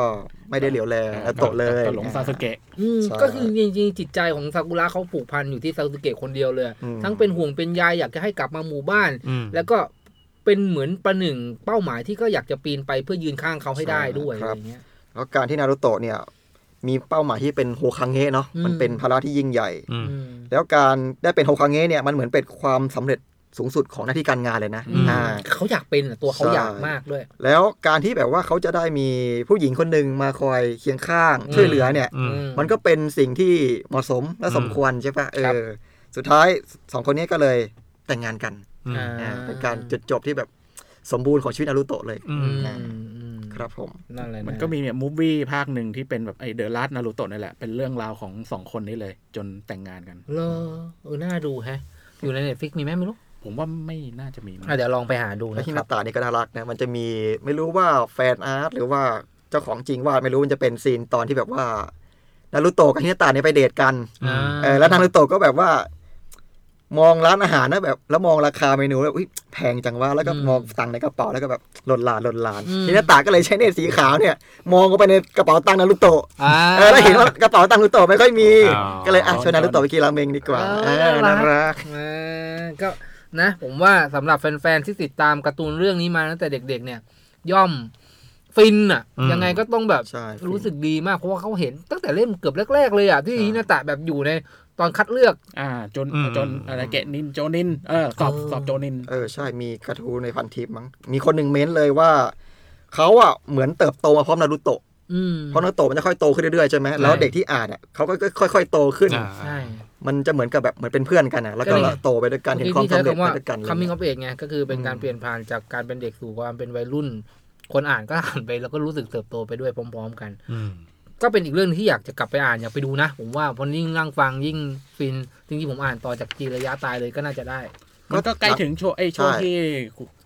[SPEAKER 5] ไม่ได้เหลียวแลนารูโตะเลย
[SPEAKER 4] ก็หลงซาสเกะ
[SPEAKER 2] อืม
[SPEAKER 5] ใช่
[SPEAKER 2] ก็คือจริงๆจิตใจของซากุระเขาผูกพันอยู่ที่ซากุเกะคนเดียวเลย
[SPEAKER 5] อืม
[SPEAKER 2] ทั้งเป็นห่วงเป็นใยายอยากจะให้กลับมาหมู่บ้าน
[SPEAKER 3] อืม
[SPEAKER 2] แล้วก็เป็นเหมือนประหนึ่งเป้าหมายที่ก็อยากจะปีนไปเพื่อยืนข้างเขาให้ได้ด้วย
[SPEAKER 5] ค
[SPEAKER 2] อะ
[SPEAKER 5] รั
[SPEAKER 2] ไร
[SPEAKER 5] บ
[SPEAKER 2] เงี้ย
[SPEAKER 5] แล้วการที่นารูโตะเนี่ยมีเป้าหมายที่เป็นโฮคังเงะเนาะ
[SPEAKER 2] อืม
[SPEAKER 5] มันเป็นภาระที่ยิ่งใหญ่
[SPEAKER 3] อืม
[SPEAKER 2] อืม
[SPEAKER 5] แล้วการได้เป็นโฮคังเงะเนี่ยมันเหมือนเป็นความสำเร็จสูงสุดของหน้าที่การงานเลยนะ
[SPEAKER 2] อืม
[SPEAKER 5] อ่า
[SPEAKER 2] เขาอยากเป็นอะตัวเขา
[SPEAKER 5] ใช่
[SPEAKER 2] อยากมากด้วย
[SPEAKER 5] แล้วการที่แบบว่าเขาจะได้มีผู้หญิงคนหนึ่งมาคอยเคียงข้าง
[SPEAKER 2] อืม
[SPEAKER 5] ช่วยเหลือเนี่ย
[SPEAKER 3] อืม
[SPEAKER 5] มันก็เป็นสิ่งที่เหมาะสมและสมควรใช่ปะเอ
[SPEAKER 2] ครับ
[SPEAKER 5] อ สุดท้ายสองคนนี้ก็เลยแต่งงานกัน
[SPEAKER 3] อืม
[SPEAKER 5] อ่าเป็นการจุดจบที่แบบสมบูรณ์ของชีวิตนารุโตะเลย
[SPEAKER 3] อื
[SPEAKER 2] อื
[SPEAKER 3] ม
[SPEAKER 2] ม
[SPEAKER 5] อ่า
[SPEAKER 2] อืม
[SPEAKER 5] ครับผม
[SPEAKER 2] นั่นแหละะ
[SPEAKER 4] มันก็มีเนี่ยมูฟวี่ภาคหนึ่งที่เป็นแบบไอเดอะลัสนารูโตะนี่แหละ เป็นเรื่องราวของสองคนนี้เลย จนแต่งงานกัน
[SPEAKER 2] เหรอเออน่าดูแฮะ อยู่ในเน็ตฟิกมีไหมไม่รู้
[SPEAKER 4] ผมว่าไม่น่าจะมีมั้ง
[SPEAKER 2] อ่ะเดี๋ยวลองไปหาดู
[SPEAKER 5] และ
[SPEAKER 2] นะค
[SPEAKER 5] ฮิ
[SPEAKER 2] รั
[SPEAKER 5] นา
[SPEAKER 2] บ
[SPEAKER 5] ตานี่ก็น่ารักนะ มันจะมีไม่รู้ว่าแฟนอาร์ตหรือว่าเจ้าของจริงวาดไม่รู้มันจะเป็นซีนตอนที่แบบว่านารุโตะกับฮินาตาเนี่ยไปเดทกัน
[SPEAKER 3] อ่า
[SPEAKER 5] เออแล้วนารุโตะก็แบบว่า มองร้านอาหารนะแบบ แล้วมองราคาเมนูแล้วอุ้ยแพงจังว่าแล้วก็
[SPEAKER 2] อืม
[SPEAKER 5] มองตังค์ในกระเป๋าแล้วก็แบบหลดหลานหลดหลาน
[SPEAKER 2] อืม
[SPEAKER 5] ฮินาตาก็เลยใช้เนตรสีขาวเนี่ย มองเข้าไปในกระเป๋าตังค์นารุโตะ
[SPEAKER 2] อ่า
[SPEAKER 5] เออแล้วเห็นว่ากระเป๋าตังค์นารุโตะไม่ค่อยมี
[SPEAKER 3] อ๋อ
[SPEAKER 5] ก็เลยอ่ะชวนนารุโตะไปกินราเมงดีกว่า
[SPEAKER 2] เออ
[SPEAKER 5] เออ
[SPEAKER 2] น่า
[SPEAKER 5] น่า
[SPEAKER 2] รัก
[SPEAKER 5] รัก
[SPEAKER 2] อ่าก็นะผมว่าสำหรับแฟนๆที่ติดตามการ์ตูนเรื่องนี้มาตั้งแต่เด็กๆเนี่ย ย่อมฟินอ่ะ
[SPEAKER 3] อืม
[SPEAKER 2] ยังไงก็ต้องแบบ
[SPEAKER 5] ใช่ฟิน
[SPEAKER 2] รู้สึกดีมากเพราะว่าเขาเห็นตั้งแต่เล่มเกือบแรก ๆ เลยอ่ะ ที่
[SPEAKER 5] ใช่
[SPEAKER 2] ฮินาตะแบบอยู่ในตอนคัดเลือก
[SPEAKER 4] อ่า จน
[SPEAKER 3] อืม
[SPEAKER 4] จนอะไรเกะนินโจนินเออสอบ
[SPEAKER 2] เออ
[SPEAKER 4] สอบโจนิน
[SPEAKER 5] เออใช่มีกระทู้ในพันทิปมั้งมีคนหนึ่งเม้นเลยว่าเขาอ่ะเหมือนเติบโตมาพร้อมนารูโตะ
[SPEAKER 2] อืม
[SPEAKER 5] เพราะนารูโตะมันจะค่อยโตขึ้นเรื่อยๆใช่ไหมแล้วเด็กที่อ่านอ่ะเขาก็ค่อยๆโตขึ้น
[SPEAKER 3] อ่า
[SPEAKER 2] ใช่
[SPEAKER 5] มันจะเหมือนกับแบบเหมือนเป็นเพื่อนกันอ่ะแล้วก็โตไปด้วยกันเห็นความ
[SPEAKER 2] ที่ใช้
[SPEAKER 5] สำเร็จ
[SPEAKER 2] คำว่า
[SPEAKER 5] ไปด้วยกันเลย
[SPEAKER 2] coming of age ไงก็คือเป็น
[SPEAKER 5] อืม
[SPEAKER 2] การเปลี่ยนผ่านจากการเป็นเด็กสู่ความเป็นวัยรุ่น คนอ่านก็อ่านไปแล้วก็รู้สึกเติบโตไปด้วยพร้อม ๆ กัน
[SPEAKER 3] อืม
[SPEAKER 2] ก็เป็นอีกเรื่องที่อยากจะกลับไปอ่านอยากไปดูนะ ผมว่าพอยิ่งนั่งฟังยิ่งฟินจริงๆผมอ่านต่อจากจีระยะตายเลยก็น่าจะได้
[SPEAKER 4] มันก็ใกล้ถึงโชว์ไอยโชว์
[SPEAKER 5] ใช่
[SPEAKER 4] ที่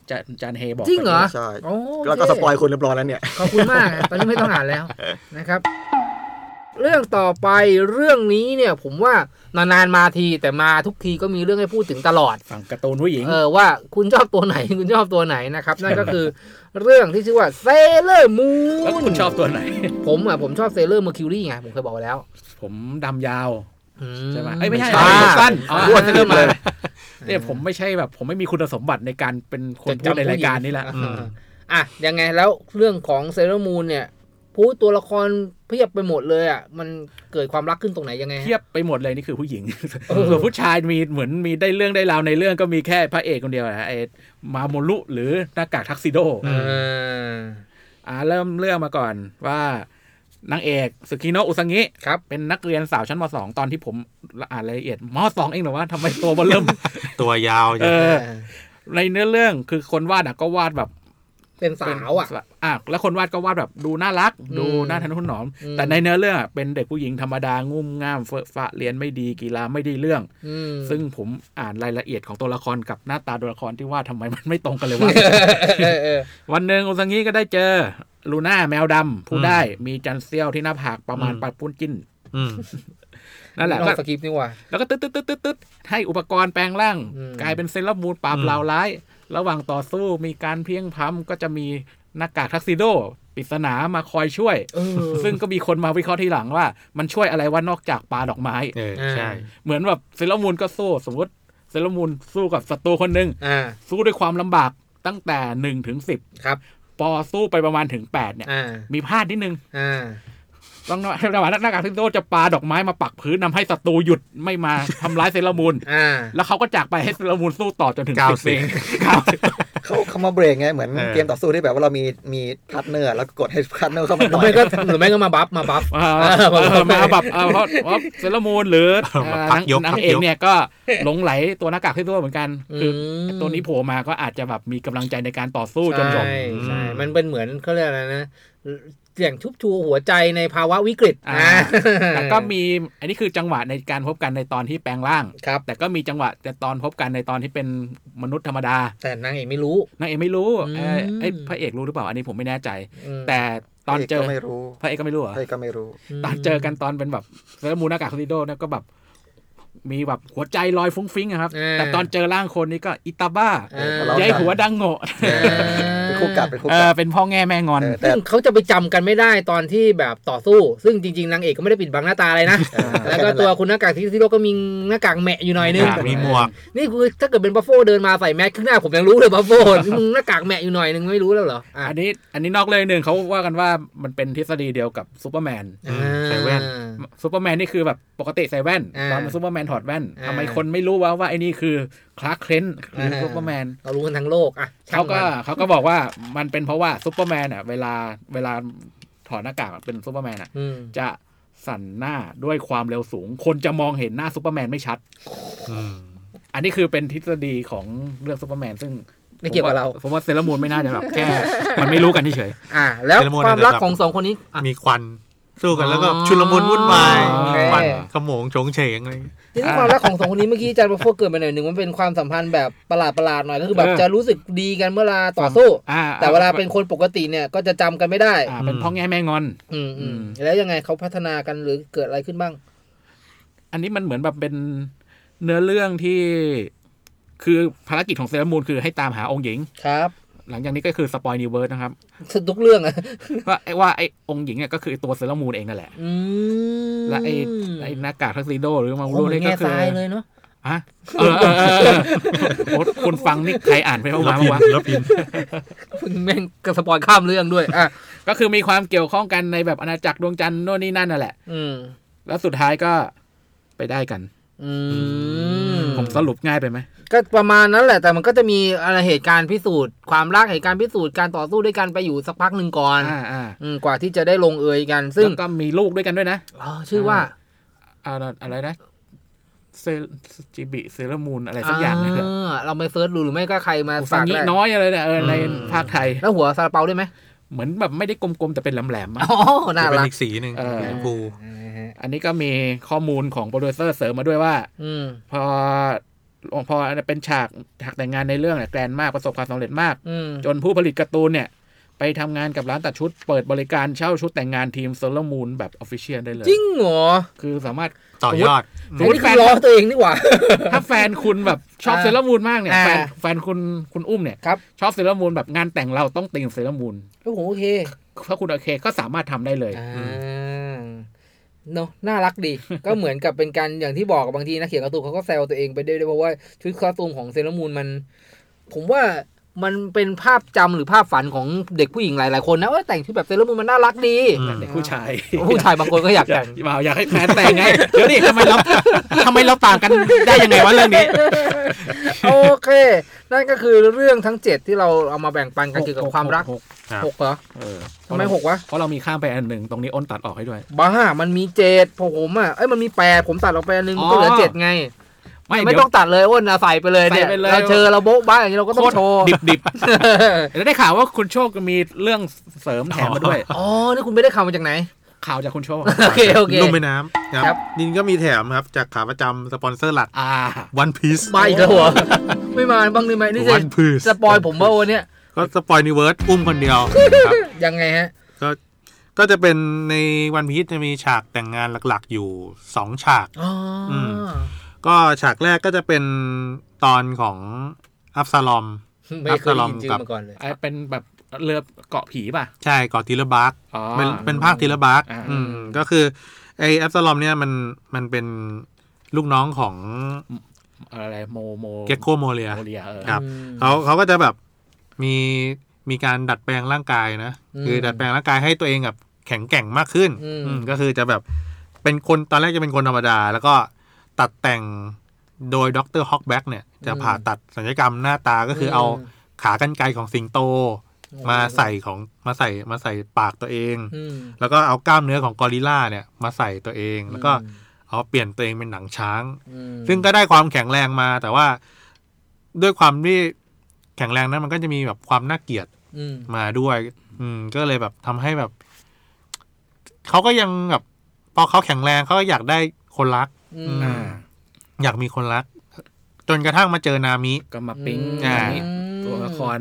[SPEAKER 4] จันจันเฮบอก
[SPEAKER 2] จริงเหรอ
[SPEAKER 5] ใช่
[SPEAKER 2] โอ้โอเค
[SPEAKER 5] แล้วก็สปอยคุณเรียบร้อยแล้วเนี่ย
[SPEAKER 2] ขอบคุณมากนะตอนนี้ไม่ต้องอ่านแล้วนะครับ เรื่องต่อไปเรื่องนี้เนี่ย ผมว่านานๆมาทีแต่มาทุกทีก็มีเรื่องให้พูดถึงตลอด
[SPEAKER 4] ฝั่งการ์ตูนผู้หญิง
[SPEAKER 2] เออว่าคุณชอบตัวไหน คุณชอบตัวไหนนะครับ นั่นก็คือเรื่องที่ชื่อว่าเซเลอร์มู
[SPEAKER 4] แล้ว
[SPEAKER 2] น
[SPEAKER 4] คุณชอบตัวไหน
[SPEAKER 2] ผมอ่ะผมชอบเซเลอร์เมอร์คิวรี่ไงผมเคยบอกไว้แล้ว
[SPEAKER 4] ผมดำยาว
[SPEAKER 2] อื
[SPEAKER 4] ใช่ไหมเอ้ยไม่ใช่
[SPEAKER 2] อ่า
[SPEAKER 4] ผมสั้น
[SPEAKER 2] อ่า
[SPEAKER 4] อ้วนเริ่มเลยเนี่ยผมไม่ใช่แบบ ผมไม่มีคุณสมบัติในการเป็นคนพูดในรายการนี้ละ
[SPEAKER 3] อืม
[SPEAKER 2] อ่ะยังไงแล้วเรื่องของเซเลอร์มูนเนี่ยพูดตัวละครเพียบไปหมดเลยอ่ะมันเกิดความรักขึ้นตรงไหนยังไงฮะ
[SPEAKER 4] เทียบไปหมดเลยนี่คือผู้หญิง
[SPEAKER 2] เออ
[SPEAKER 4] ส่วนผู้ชายมีเหมือนมีได้เรื่องได้ราวในเรื่องก็มีแค่พระเอกคนเดียวนะฮะไอ้มาโมลุหรือหน้ากากทักซิโด
[SPEAKER 2] เออ
[SPEAKER 4] อ่าเริ่มเรื่องมาก่อนว่านางเอกสุกิโนะอุซังิ
[SPEAKER 2] ครับ
[SPEAKER 4] เป็นนักเรียนสาวชั้นม .2 ตอนที่ผมอ่านรายละเอียดม .2 เองเหรอวะทำไมตัว มันเริ่ม
[SPEAKER 3] ตัวยาว
[SPEAKER 4] เอ
[SPEAKER 3] จ้ะ
[SPEAKER 4] อ ในเนื้อเรื่องคือคนวาดน่ะก็วาดแบบ
[SPEAKER 2] เป็นสาวอ่ะ
[SPEAKER 4] เป็นอ่ะแล้วคนวาดก็วาดแบบดูน่ารัก ดู
[SPEAKER 2] อืม
[SPEAKER 4] น่าทะนุถนอม
[SPEAKER 2] อืม
[SPEAKER 4] แต่ในเนื้อเรื่องอ่ะเป็นเด็กผู้หญิงธรรมดางุ่มง่ามเฟอะฟะเรียนไม่ดีกีฬาไม่ได้เรื่อง
[SPEAKER 2] อืม
[SPEAKER 4] ซึ่งผมอ่านรายละเอียดของตัวละครกับหน้าตาตัวละครที่ว่าทำไมมันไม่ตรงกันเลยวะ
[SPEAKER 2] เออเออ
[SPEAKER 4] วันหนึ่งอุซังงี้ก็ได้เจอลูน่าแมวดำพูด
[SPEAKER 3] อืม
[SPEAKER 4] ได้มีจันเซียวที่หน้าผากประมาณ
[SPEAKER 3] อืม
[SPEAKER 4] ปัดปุ้นจิ้น
[SPEAKER 3] อืม
[SPEAKER 4] นั่นแหละ
[SPEAKER 2] ลอ
[SPEAKER 4] ก็
[SPEAKER 2] งสกิปนี่หว่า
[SPEAKER 4] แล้วก็ตึ๊ดตึ๊ดตึ๊ดตึ๊ดตึ๊ดให้อุปกรณ์แปลงร่าง
[SPEAKER 2] อืม
[SPEAKER 4] กลายเป็นเซเลบมูนปราบ
[SPEAKER 3] อืม
[SPEAKER 4] เหล่าร้าย ระหว่างต่อสู้มีการเพลียงพล้ำก็จะมีหน้ากากทักซิโดปริศนามาคอยช่วย
[SPEAKER 2] เออ
[SPEAKER 4] ซึ่งก็มีคนมาวิเคราะห์ทีหลังว่า มันช่วยอะไรว่านอกจากปลาดอกไม้
[SPEAKER 3] เออใช่
[SPEAKER 4] เหมือนแบบเซเลบมูนก็สู้สมมติเซเลบมูนสู้กับศัตรูคนหนึ่ง
[SPEAKER 2] อ่า
[SPEAKER 4] สู้ด้วยความลำบากตั้งแต่หนึ่งถึงสิบ
[SPEAKER 2] ครับ
[SPEAKER 4] พอสู้ไปประมาณถึงแปดเนี่ย
[SPEAKER 2] อ่า
[SPEAKER 4] มีพลาดนิดนึง
[SPEAKER 2] อ่า
[SPEAKER 4] ต้อง ให้ระวังนักการทิโดจะปาดอกไม้มาปักพื้นนำให้ศัตรูหยุดไม่มา ทำร้ายเซรามูล
[SPEAKER 2] อ่า
[SPEAKER 4] แล้วเขาก็จากไปให้เซรามูลสู้ต่อจนถึง
[SPEAKER 3] เก้า
[SPEAKER 4] สิบ
[SPEAKER 3] สิ
[SPEAKER 4] เอบ งครับ
[SPEAKER 5] เขาเขามาเบรกไงเหมือน
[SPEAKER 3] เออ
[SPEAKER 5] เกมต่อสู้ที่แบบว่าเรามีมีพาร์ทเนอร์แล้วก็กดให้พาร์ทเนอร์เข้ามา
[SPEAKER 2] ห
[SPEAKER 5] ห
[SPEAKER 2] รือ
[SPEAKER 5] น่อ
[SPEAKER 2] ไม่
[SPEAKER 5] ย
[SPEAKER 2] ก็หรือไม่ก็มาบัฟมาบัฟ
[SPEAKER 4] เออเออมาแบบเออเพราะเพราะเซรามูลหรือเอ่อ
[SPEAKER 3] พั
[SPEAKER 4] นาก ง
[SPEAKER 3] ยก
[SPEAKER 4] นาง
[SPEAKER 3] พักยก
[SPEAKER 4] เอกเนี่ยก็หลงไหลตัวหน้ากากทิโดเหมือนกัน คืออ
[SPEAKER 2] ม
[SPEAKER 4] ตัวนี้โผล่มาก็อาจจะแบบมีกำลังใจในการต่อสู้จนจบ
[SPEAKER 2] ใช่ใช่มันเป็นเหมือนเขาเรียกอะไรนะเสียงชุบชูหัวใจในภาวะวิกฤต
[SPEAKER 4] อ่า แต่ก็มีอันนี้คือจังหวะในการพบกันในตอนที่แปลงร่าง
[SPEAKER 2] ครับ
[SPEAKER 4] แต่ก็มีจังหวะแต่ตอนพบกันในตอนที่เป็นมนุษย์ธรรมดา
[SPEAKER 2] แต่นางเอกไม่รู้
[SPEAKER 4] นางเอกไม่รู้เอ่อ
[SPEAKER 2] อืม
[SPEAKER 4] เอ้ยพระเอกรู้หรือเปล่า อันนี้ผมไม่แน่ใจ
[SPEAKER 2] อืม
[SPEAKER 4] แต่ตอนเจอ
[SPEAKER 5] ก็ไม่รู้
[SPEAKER 4] พระเอกก็ไม่รู้เหรอ
[SPEAKER 5] ใครก็ไม่รู้
[SPEAKER 2] ม
[SPEAKER 4] ตอนเจอกันตอนเป็นแบบเซรามูนหน้ากากคอนดิโดเนี่ยก็แบบ มีแบบหัวใจลอยฟุ้งฟิ้งอะครับ
[SPEAKER 2] า
[SPEAKER 4] แต่ตอนเจอร่างคนนี้ก็อิตาบ้า
[SPEAKER 2] อ่า
[SPEAKER 5] เร
[SPEAKER 4] ยายหัวดังโง่
[SPEAKER 2] อ่า
[SPEAKER 5] เป็นคู่กัดเป็นคู่
[SPEAKER 4] เอ
[SPEAKER 5] กั
[SPEAKER 4] อ
[SPEAKER 5] ด
[SPEAKER 4] เป็นพ่อแง่แม่งอน
[SPEAKER 5] เออแต่
[SPEAKER 2] ซึ่งเขาจะไปจำกันไม่ได้ตอนที่แบบต่อสู้ ซึ่งจริง ๆนางเอกก็ไม่ได้ปิดบังหน้าตาอะไรนะ
[SPEAKER 5] เออ
[SPEAKER 2] แล้วก็
[SPEAKER 5] ค่นั้นหะ
[SPEAKER 2] ตัวคุณหน้ากากที่ที่โลกก็มีหน้ากากแหมะอยู่หน่อยนึง
[SPEAKER 4] ครับ
[SPEAKER 3] มีหมวก
[SPEAKER 2] นี่คือถ้าเกิดเป็นบัฟโฟเดินมาใส่แมสข้างหน้าผมยังรู้เลยบัฟโฟมึงหน้ากากแหมะอยู่หน่อยนึงไม่รู้แล้วเหรออ่ะ
[SPEAKER 4] อันนี้อันนี้นอกเลยหนึ่งเขาว่ากันว่ามันเป็นทฤษฎีเดียวกับซูเปอร์แมน
[SPEAKER 3] อืมใส่แว่น
[SPEAKER 2] อ่า
[SPEAKER 4] ซูเปอร์แมนนี่คือแบบปกติใส่แว่น
[SPEAKER 2] อ่า
[SPEAKER 4] ตอนเป็นซูเปอร์แมนถอดแว่น
[SPEAKER 2] อ่า
[SPEAKER 4] ทำไมคนไม่รู้ว่าว่าไอ้นี่คือคลาร์คเคนหรือซูเปอร์แมน
[SPEAKER 2] เรารู้กันทั้งโลกอ่ะช่ง
[SPEAKER 4] เขา
[SPEAKER 2] มั
[SPEAKER 4] ก็
[SPEAKER 2] น
[SPEAKER 4] เขาก็บอกว่ามันเป็นเพราะว่าซูเปอร์แมนอ่ะเวลาเวลาถอดหน้ากากเป็นซูเปอร์แมนอ่ะ
[SPEAKER 2] อืม
[SPEAKER 4] จะสั่นหน้าด้วยความเร็วสูง คนจะมองเห็นหน้าซูเปอร์แมนไม่ชัด
[SPEAKER 3] อืม
[SPEAKER 4] อันนี้คือเป็นทฤษฎีของเรื่องซูเปอร์แมนซึ่ง
[SPEAKER 2] ไม่เกี่ยวกับเรา
[SPEAKER 4] ผมว่าเซเลอรามูนไม่น่าจะแบบแค่ มันไม่รู้กันเฉย
[SPEAKER 2] อ่า แล้ว
[SPEAKER 3] เซเลโมน
[SPEAKER 2] ความรัก
[SPEAKER 3] นะครับ
[SPEAKER 2] ของสองคนนี้อ่ะ
[SPEAKER 3] มีควันสู้กันแล้วก็
[SPEAKER 2] อ๋อ
[SPEAKER 3] ชุลมุนวุ่นวาย
[SPEAKER 2] โอเค
[SPEAKER 3] ควันขโมงโฉงเฉงอะไรอย่างเงี้ย
[SPEAKER 2] ทีนี้ความรักของสองคนนี้เมื่อกี้อาจารย์ประโฟเกริดไปหน่อยหนึ่งมันเป็นความสัมพันธ์แบบประหลาดประหลาดๆหน่อยก็คือแบบ
[SPEAKER 4] เออ
[SPEAKER 2] จะรู้สึกดีกันเวลาต่อสู้
[SPEAKER 4] ๆอ่า
[SPEAKER 2] แต่เวลาเป็นคนปกติเนี่ยก็จะจำกันไม่ได้
[SPEAKER 4] อ่าเป็นพ่อแง่แม่งอน
[SPEAKER 2] อืมอืม
[SPEAKER 4] อืม
[SPEAKER 2] แล้วยังไงเขาพัฒนากันหรือเกิดอะไรขึ้นบ้าง
[SPEAKER 4] อันนี้มันเหมือนแบบเป็นเนื้อเรื่องที่ คือภารกิจของเซเลอรามูนคือให้ตามหาองค์หญิง
[SPEAKER 2] ครับ
[SPEAKER 4] หลังจากนี้ก็คือสปอยนิวเวิร์สนะครับ
[SPEAKER 2] สุดทุกเรื่องอ่ะ
[SPEAKER 4] ว่าไอ้ว่าไอ้องค์หญิงเนี่ยก็คือตัวเซเลอรามูนเองนั่นแหละ
[SPEAKER 2] อืม
[SPEAKER 4] และไอ้ไอ้หน้ากากทักซิโดหรือมัง
[SPEAKER 2] โอ้
[SPEAKER 4] รู
[SPEAKER 2] โห
[SPEAKER 4] นี่
[SPEAKER 2] แง่
[SPEAKER 4] ก็คือ
[SPEAKER 2] ทรายเลยเนาะ
[SPEAKER 4] ฮะเออเออเออเออ โอ้คนฟังนี่ใครอ่านไปบ้างวะวะ
[SPEAKER 3] แล้วพิมพ์
[SPEAKER 2] พึ่งแม่งกระสปอยข้ามเรื่องด้วยอ่ะ
[SPEAKER 4] ก็คือมีความเกี่ยวข้องกันในแบบอาณาจักรดวงจันทร์โน่นนี่นั่นน่ะแหละ
[SPEAKER 2] อืม
[SPEAKER 4] แล้วสุดท้ายก็ไปได้กัน
[SPEAKER 2] อืม
[SPEAKER 4] ผมสรุปง่ายไปไหม
[SPEAKER 2] ก็ประมาณนั้นแหละแต่มันก็จะมีอะไรเหตุการณ์พิสูจน์ความรักเหตุการณ์พิสูจน์การต่อสู้ด้วยกันไปอยู่สักพักหนึ่งก่อน
[SPEAKER 4] อ่าอ่า
[SPEAKER 2] อืมกว่าที่จะได้ลงเอยกัน
[SPEAKER 4] ซึ่
[SPEAKER 2] ซึ่
[SPEAKER 4] ง
[SPEAKER 2] ง
[SPEAKER 4] ก็มีลูกด้วยกันด้วยนะ
[SPEAKER 2] อ๋อชื่อว่า
[SPEAKER 4] อ่าอะไรนะเซจิบิเซเลอรามูนอะไรสักอย่างนี่แห
[SPEAKER 2] เอ
[SPEAKER 4] ละ
[SPEAKER 2] อเราไปเซิร์ชดูหรือไม่ก็ใครมา
[SPEAKER 4] อุสั
[SPEAKER 2] ฝาง ก
[SPEAKER 4] งิ
[SPEAKER 2] ได้
[SPEAKER 4] น้อยอะไรเนี่ยเออใน
[SPEAKER 2] อืม
[SPEAKER 4] ภาคไทย
[SPEAKER 2] แล้วหัวซาลาเปาได้วยไหม
[SPEAKER 4] เหมือนแบบไม่ได้กลมๆแต่เป็นแหลมๆอะ
[SPEAKER 2] อ๋อน่า
[SPEAKER 3] เป็น
[SPEAKER 2] รัก
[SPEAKER 3] อีกสีหนึ่ง
[SPEAKER 4] เออ
[SPEAKER 3] สีชมพู
[SPEAKER 4] อันนี้ก็มีข้อมูลของโปรดิวเซอร์เสริมมาด้วยว่า
[SPEAKER 2] อืม
[SPEAKER 4] พอพอเป็นฉากฉากแต่งงานในเรื่องเนี่ยแกรนด์มากประสบความสำเร็จมาก
[SPEAKER 2] อืม
[SPEAKER 4] จนผู้ผลิตการ์ตูนเนี่ย ไปทำงานกับร้านตัดชุดเปิดบริการเช่าชุดแต่งงานทีมโซลมูนแบบออฟฟิเชียลได้เลย
[SPEAKER 2] จริงเหรอ
[SPEAKER 4] คือสามารถ
[SPEAKER 3] ต่อยอด
[SPEAKER 4] ส
[SPEAKER 2] อั
[SPEAKER 4] ม
[SPEAKER 2] น
[SPEAKER 4] มุติ
[SPEAKER 2] นี้คือล้อตัวเองนี่หว่า
[SPEAKER 4] ถ้าแฟนคุณแบบชอบ
[SPEAKER 2] อ่า
[SPEAKER 4] เซเลอร์มูนมากเนี่ย
[SPEAKER 2] อ่า
[SPEAKER 4] แฟนแฟนคุณคุณอุ้มเนี่ย
[SPEAKER 2] ครับ
[SPEAKER 4] ชอบเซเลอร์มูนแบบงานแต่งเราต้องตีมเซเลอร์มูน
[SPEAKER 2] ก็ผมโอเค
[SPEAKER 4] ถ้าคุณโอเคก็สามารถทำได้เลย
[SPEAKER 2] อ่าเนาะน่ารักดี ก็เหมือนกับเป็นการอย่างที่บอกบางทีนักเขียนการ์ตูนเขาก็แซวตัวเองไปได้วยด้วยเพราะว่าชุดการ์ตูนของเซเลอรามูนมัน ผมว่ามันเป็นภาพจำหรือภาพฝันของเด็กผู้หญิงหลาย ๆ คนนะว่าแต่งชุดแบบเซเลอรามูนมันน่ารักดี
[SPEAKER 3] อืม
[SPEAKER 4] เด็กผู้ชาย
[SPEAKER 2] ผู้ชายบางคนก็อยาก
[SPEAKER 4] อยา
[SPEAKER 2] แต่
[SPEAKER 4] ก
[SPEAKER 2] ง
[SPEAKER 4] มาอยากให้แฟนแต่งไงเดี๋ยวนี่ทำไมเราทำไมเราต่างกันได้ยังไงวะเรื่องนี้
[SPEAKER 2] โอเค นั่นก็คือเรื่องทั้งเจ็ดที่เราเอามาแบ่งปันกันเกี่ยวกับความรัก
[SPEAKER 3] ครับ
[SPEAKER 2] หกเหรอ
[SPEAKER 4] เออ
[SPEAKER 2] ทำไมหกวะ
[SPEAKER 4] เพราะเรามีข้ามไปอันหนึ่งตรงนี้อ้นตัดออกให้ด้วย
[SPEAKER 2] บ้า มันมีเจ็ดผมอ่ะ เอ้ย มันมีแปดผมตัดออกไปอันนึง มันก็เหลือ
[SPEAKER 4] อ
[SPEAKER 2] เจ็ดไง
[SPEAKER 4] ไม่
[SPEAKER 2] ไม่
[SPEAKER 4] เดี๋ย
[SPEAKER 2] ต้อ
[SPEAKER 4] ว
[SPEAKER 2] งตัดเลยอ้วนอะใส่ไปเลยเนี่ย
[SPEAKER 4] ใส่ไปเลย
[SPEAKER 2] เราเชอเราโบ๊ะบ้าอย่างนี้เราก็ต้องโชว์
[SPEAKER 4] ดิบดิบๆแล้วได้ข่าวว่าคุณโชคมีเรื่องเสริมแถมมาด้วย
[SPEAKER 2] อ๋อนี่คุณไม่ได้ข่าวมาจากไหน
[SPEAKER 4] ข่าวจากคุณโชค
[SPEAKER 2] โอเคโอเค
[SPEAKER 3] ลุ่มไปน้ำ
[SPEAKER 2] ค
[SPEAKER 3] ค
[SPEAKER 2] รั
[SPEAKER 3] รับ บนินก็มีแถมครับ จากขาประจำสปอนเซอร์หลัก
[SPEAKER 4] อ่า
[SPEAKER 3] วันพีซ
[SPEAKER 2] มาอีกแล้วเหรอไม่มาบ้างหรือไหมนี่จะ
[SPEAKER 3] วันพีซ
[SPEAKER 2] สปอยผมว่าวันเนี้ย
[SPEAKER 3] ก็สปอยนิเวิร์สอุ้มคนเดียวครับ
[SPEAKER 2] ยังไงฮะ
[SPEAKER 3] ก็จะเป็นในวันพีซจะมีฉากแต่งงานหลักๆอยู่สองฉาก
[SPEAKER 2] อ๋ออ
[SPEAKER 3] ม ก็ฉากแรกก็จะเป็นตอนของอับซาลอม
[SPEAKER 2] ไม่เคยได้ยินชื่อมาก่อนเลย
[SPEAKER 4] ไอเป็นแบบเรือเกาะผีป่ะ
[SPEAKER 3] ใช่เกาะทีละบาร์ก
[SPEAKER 4] อ๋อ
[SPEAKER 3] เป็นเป็นภาคทีละบาร์ก
[SPEAKER 4] อ่า
[SPEAKER 3] อืมก็คือไอแอับซาลอมเนี่ยมันมันเป็นลูกน้องของ
[SPEAKER 4] อะไรโมโม
[SPEAKER 3] เกคโคโมเลีย
[SPEAKER 4] โมเรียเออ
[SPEAKER 3] ครับ
[SPEAKER 2] อืม
[SPEAKER 3] เขาเขาก็จะแบบมีมีการดัดแปลงร่างกายนะ
[SPEAKER 2] อืม
[SPEAKER 3] คือดัดแปลงร่างกายให้ตัวเองแบบแข็งแกร่งมากขึ้น
[SPEAKER 2] อืม
[SPEAKER 3] อืมก็คือจะแบบเป็นคนตอนแรกจะเป็นคนธรรมดา แล้วก็ตัดแต่งโดยดรฮอกแบ็กเนี่ย จะผ่าตัดศัลยกรรมหน้าตาก็คือเอาขากรรไกรของสิงโต มาใส่ของมาใส่มาใส่ปากตัวเอง
[SPEAKER 2] อืม
[SPEAKER 3] แล้วก็เอากล้ามเนื้อของกอริลล่าเนี่ยมาใส่ตัวเอง แล้วก็เอาเปลี่ยนตัวเองเป็นหนังช้าง
[SPEAKER 2] อืม
[SPEAKER 3] ซึ่งก็ได้ความแข็งแรงมาแต่ว่าด้วยความที่แข็งแรงนั้นมันก็จะมีแบบความน่าเกลียด
[SPEAKER 2] อืม
[SPEAKER 3] มาด้วย อืม ก็เลยแบบทำให้แบบเขาก็ยังแบบพอเขาแข็งแรงเขาก็อยากได้คนรัก
[SPEAKER 2] อืม
[SPEAKER 3] อืม อยากมีคนรัก จนกระทั่งมาเจอนามิ
[SPEAKER 4] ก็มาปิ๊ง
[SPEAKER 2] อืม
[SPEAKER 4] อันนี้ตัวละคร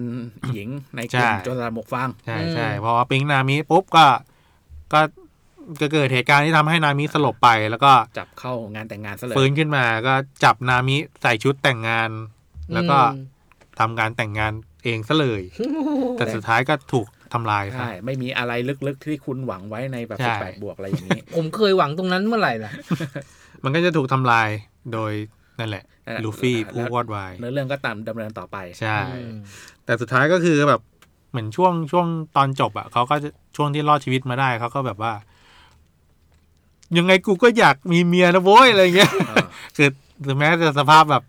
[SPEAKER 4] หญิงในกลุ่ม
[SPEAKER 3] ใช่
[SPEAKER 4] โจรสลัดหมวกฟาง
[SPEAKER 3] ใช่
[SPEAKER 2] อืม
[SPEAKER 3] ใช่พอปิ๊งนามิปุ๊บก็ก็ก็เกิดเหตุการณ์ที่ทำให้นามิสลบไป แล้วก็
[SPEAKER 4] จับเข้างานแต่งงานซะเลย
[SPEAKER 3] ฟื้นขึ้นมา ก็จับนามิใส่ชุดแต่งงาน แล้วก็
[SPEAKER 2] อืม
[SPEAKER 3] ทำงานแต่งงานเองซะเลย แต่สุดท้ายก็ถูกทำลายซะ
[SPEAKER 4] ใช่ ไม่มีอะไรลึกๆ ที่คุณหวังไว้ในแบบ
[SPEAKER 3] ใช่
[SPEAKER 4] 18บวกอะไรอย่างนี้
[SPEAKER 2] ผมเคยหวังตรงนั้นเมื่อไหร่ล่ะ
[SPEAKER 3] มันก็จะถูกทำลายโดยนั่นแหละ
[SPEAKER 4] นั่นแหละ
[SPEAKER 3] ลูฟี่
[SPEAKER 4] แล้ว
[SPEAKER 3] ผู้วอดวาย
[SPEAKER 4] เนื้อเรื่องก็ตามดำเนินต่อไป
[SPEAKER 3] ใช่
[SPEAKER 2] อืม
[SPEAKER 3] แต่สุดท้ายก็คือแบบเหมือนช่วงช่วงตอนจบอ่ะเขาก็จะช่วงที่รอดชีวิตมาได้เขาก็แบบว่า ยังไงกูก็อยากมีเมียนะโว้ยอะไรเงี้ย
[SPEAKER 4] อ่า
[SPEAKER 3] คือถึงแม้จะสภาพแบบ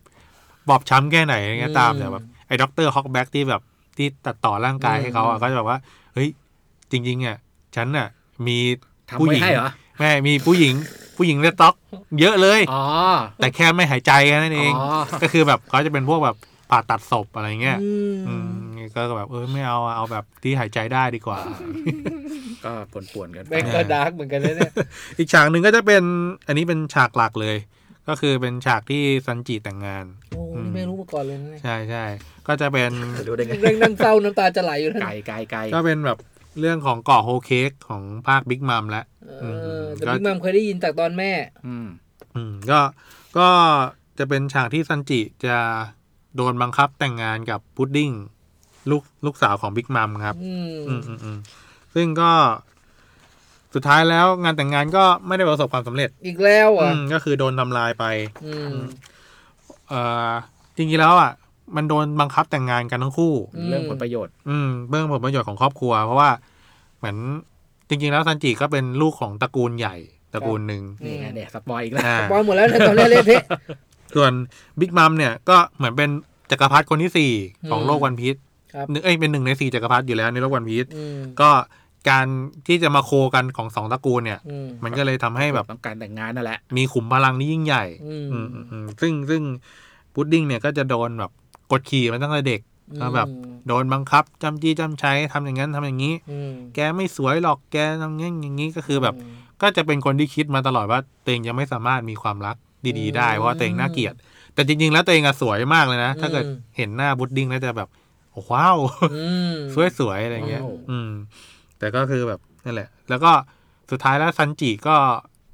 [SPEAKER 3] บอบช้ำแค่ไหนอะไรเงี้ยตาม
[SPEAKER 2] อืม
[SPEAKER 3] แต่แบบไอ้ด็อกเตอร์ฮอกแบ็กที่แบบที่ตัดต่อร่างกายให้เขา
[SPEAKER 2] อื
[SPEAKER 3] อ่ะ
[SPEAKER 2] ม
[SPEAKER 3] ก็จะแบบว่า เฮ้ย จริง ๆ อ่ะ ฉันอ่ะ มี
[SPEAKER 4] ทำ
[SPEAKER 3] ผู้ห
[SPEAKER 4] ไว้
[SPEAKER 3] ญิง
[SPEAKER 4] ให้เหรอ
[SPEAKER 3] แม่มีผู้หญิง ผู้หญิงเลตต็อก เยอะเลย
[SPEAKER 4] อ๋อ
[SPEAKER 3] แต่แค่ไม่หายใจแค่นั้นเอง
[SPEAKER 4] อ๋อ
[SPEAKER 3] ก็คือแบบเขาจะเป็นพวกแบบผ่าตัดศพอะไรเงี้ย
[SPEAKER 2] อืม
[SPEAKER 3] อืมก็แบบเออไม่เอาอะเอาแบบที่หายใจได้ดีกว่า
[SPEAKER 4] ก็ปวนๆกันไป
[SPEAKER 2] แม่งก็ดาร์กเหมือนกันนะเนี่ย
[SPEAKER 3] อีกฉากหนึ่งก็จะเป็น อันนี้เป็นฉากหลักเลย ก็คือเป็นฉากที่ซันจิแต่งงาน
[SPEAKER 2] โอ้นี่ไม่รู้มาก่อนเลยนะเนี่ย
[SPEAKER 3] ใช่ใช่ก็จะ เป็น
[SPEAKER 5] จะรู้ได้ไง
[SPEAKER 2] เรื่องนั่งเศร้าน้ำตาจะไหลอยู่นะ
[SPEAKER 4] ไกลไกลไกล
[SPEAKER 3] ก็เป็นแบบเรื่องของเก่อโฮเค้กของภาคบิ๊กมัมและ
[SPEAKER 2] เอ
[SPEAKER 3] อื
[SPEAKER 2] อ
[SPEAKER 3] ม
[SPEAKER 2] แต่พี่มัมเคยได้ยินจากตอนแม่
[SPEAKER 4] อืม
[SPEAKER 3] อืมก็ก็จะเป็นฉากที่ซันจิจะโดนบังคับแต่งงานกับพุดดิ้งลูกลูกสาวของบิ๊กมัมครับ
[SPEAKER 2] อืม
[SPEAKER 3] อืมอืมอืมซึ่งก็สุดท้ายแล้วงานแต่งงานก็ไม่ได้ประสบความสำเร็จ
[SPEAKER 2] อีกแล้วอ่ะ
[SPEAKER 3] อืมก็คือโดนทำลายไป
[SPEAKER 2] อืม
[SPEAKER 3] เอ่อจริงๆแล้วอ่ะ มันโดนบังคับแต่งงานกันทั้งคู่
[SPEAKER 2] อืม
[SPEAKER 4] เรื่องผลประโยชน์
[SPEAKER 3] อืมเบื้องผลประโยชน์ของครอบครัว เพราะว่าเหมือนจริง ๆ แล้วซันจิก็เป็นลูกของตระกูลใหญ่ตระกูลหนึ่ง
[SPEAKER 2] อืม
[SPEAKER 4] นี่ไงเนี่ยสปอยอีกแล้ว
[SPEAKER 3] อ่า
[SPEAKER 2] ปอยหมดแล้วนะตอนแรกเละเทะ
[SPEAKER 3] ส่วนบิ๊กมัมเนี่ยก็เหมือนเป็นจักรพรรดิคนที่สี่ของ
[SPEAKER 2] อืม
[SPEAKER 3] โลกวันพีช
[SPEAKER 2] ครับ
[SPEAKER 3] หนึ่งเอ้ยเป็นหนึ่งในสี่จักรพรรดิอยู่แล้วในโลกวันพีช
[SPEAKER 2] อืม
[SPEAKER 3] ก็การที่จะมาโคกันของสองตระกูลเนี่ย
[SPEAKER 2] อืม
[SPEAKER 3] มันก็เลยทำให้แบบ
[SPEAKER 4] ต้องการแต่งงานนั่นแหละ
[SPEAKER 3] มีขุมพลังที่ยิ่งใหญ่
[SPEAKER 2] อืม
[SPEAKER 3] อืมอืมอืมซึ่งซึ่งพุดดิ้งเนี่ยก็จะโดนแบบกดขี่มาตั้งแต่เด็ก ก็แบบ โดนบังคับจำจี้จำใช้ทำอย่างนั้นทำอย่างนี้
[SPEAKER 2] อืม
[SPEAKER 3] แกไม่สวยหรอกแกทำงั้นอย่างนี้ก็คือแบบ ก็จะเป็นคนที่คิดมาตลอดว่าตัวเองยังไม่สามารถมีความรักดีๆ ได้เพราะว่าตัวเองน่าเกลียด แต่จริงๆแล้วตัวเองอะสวยมากเลยนะ ถ้าเกิดเห็นหน้าพุดดิ้งแล้วจะแบบโอ้ว้าว
[SPEAKER 2] อืม
[SPEAKER 3] สวยๆอะไรเงี้ย
[SPEAKER 4] โอ้
[SPEAKER 3] อืม แต่ก็คือแบบนั่นแหละ แล้วก็สุดท้ายแล้วซันจิก็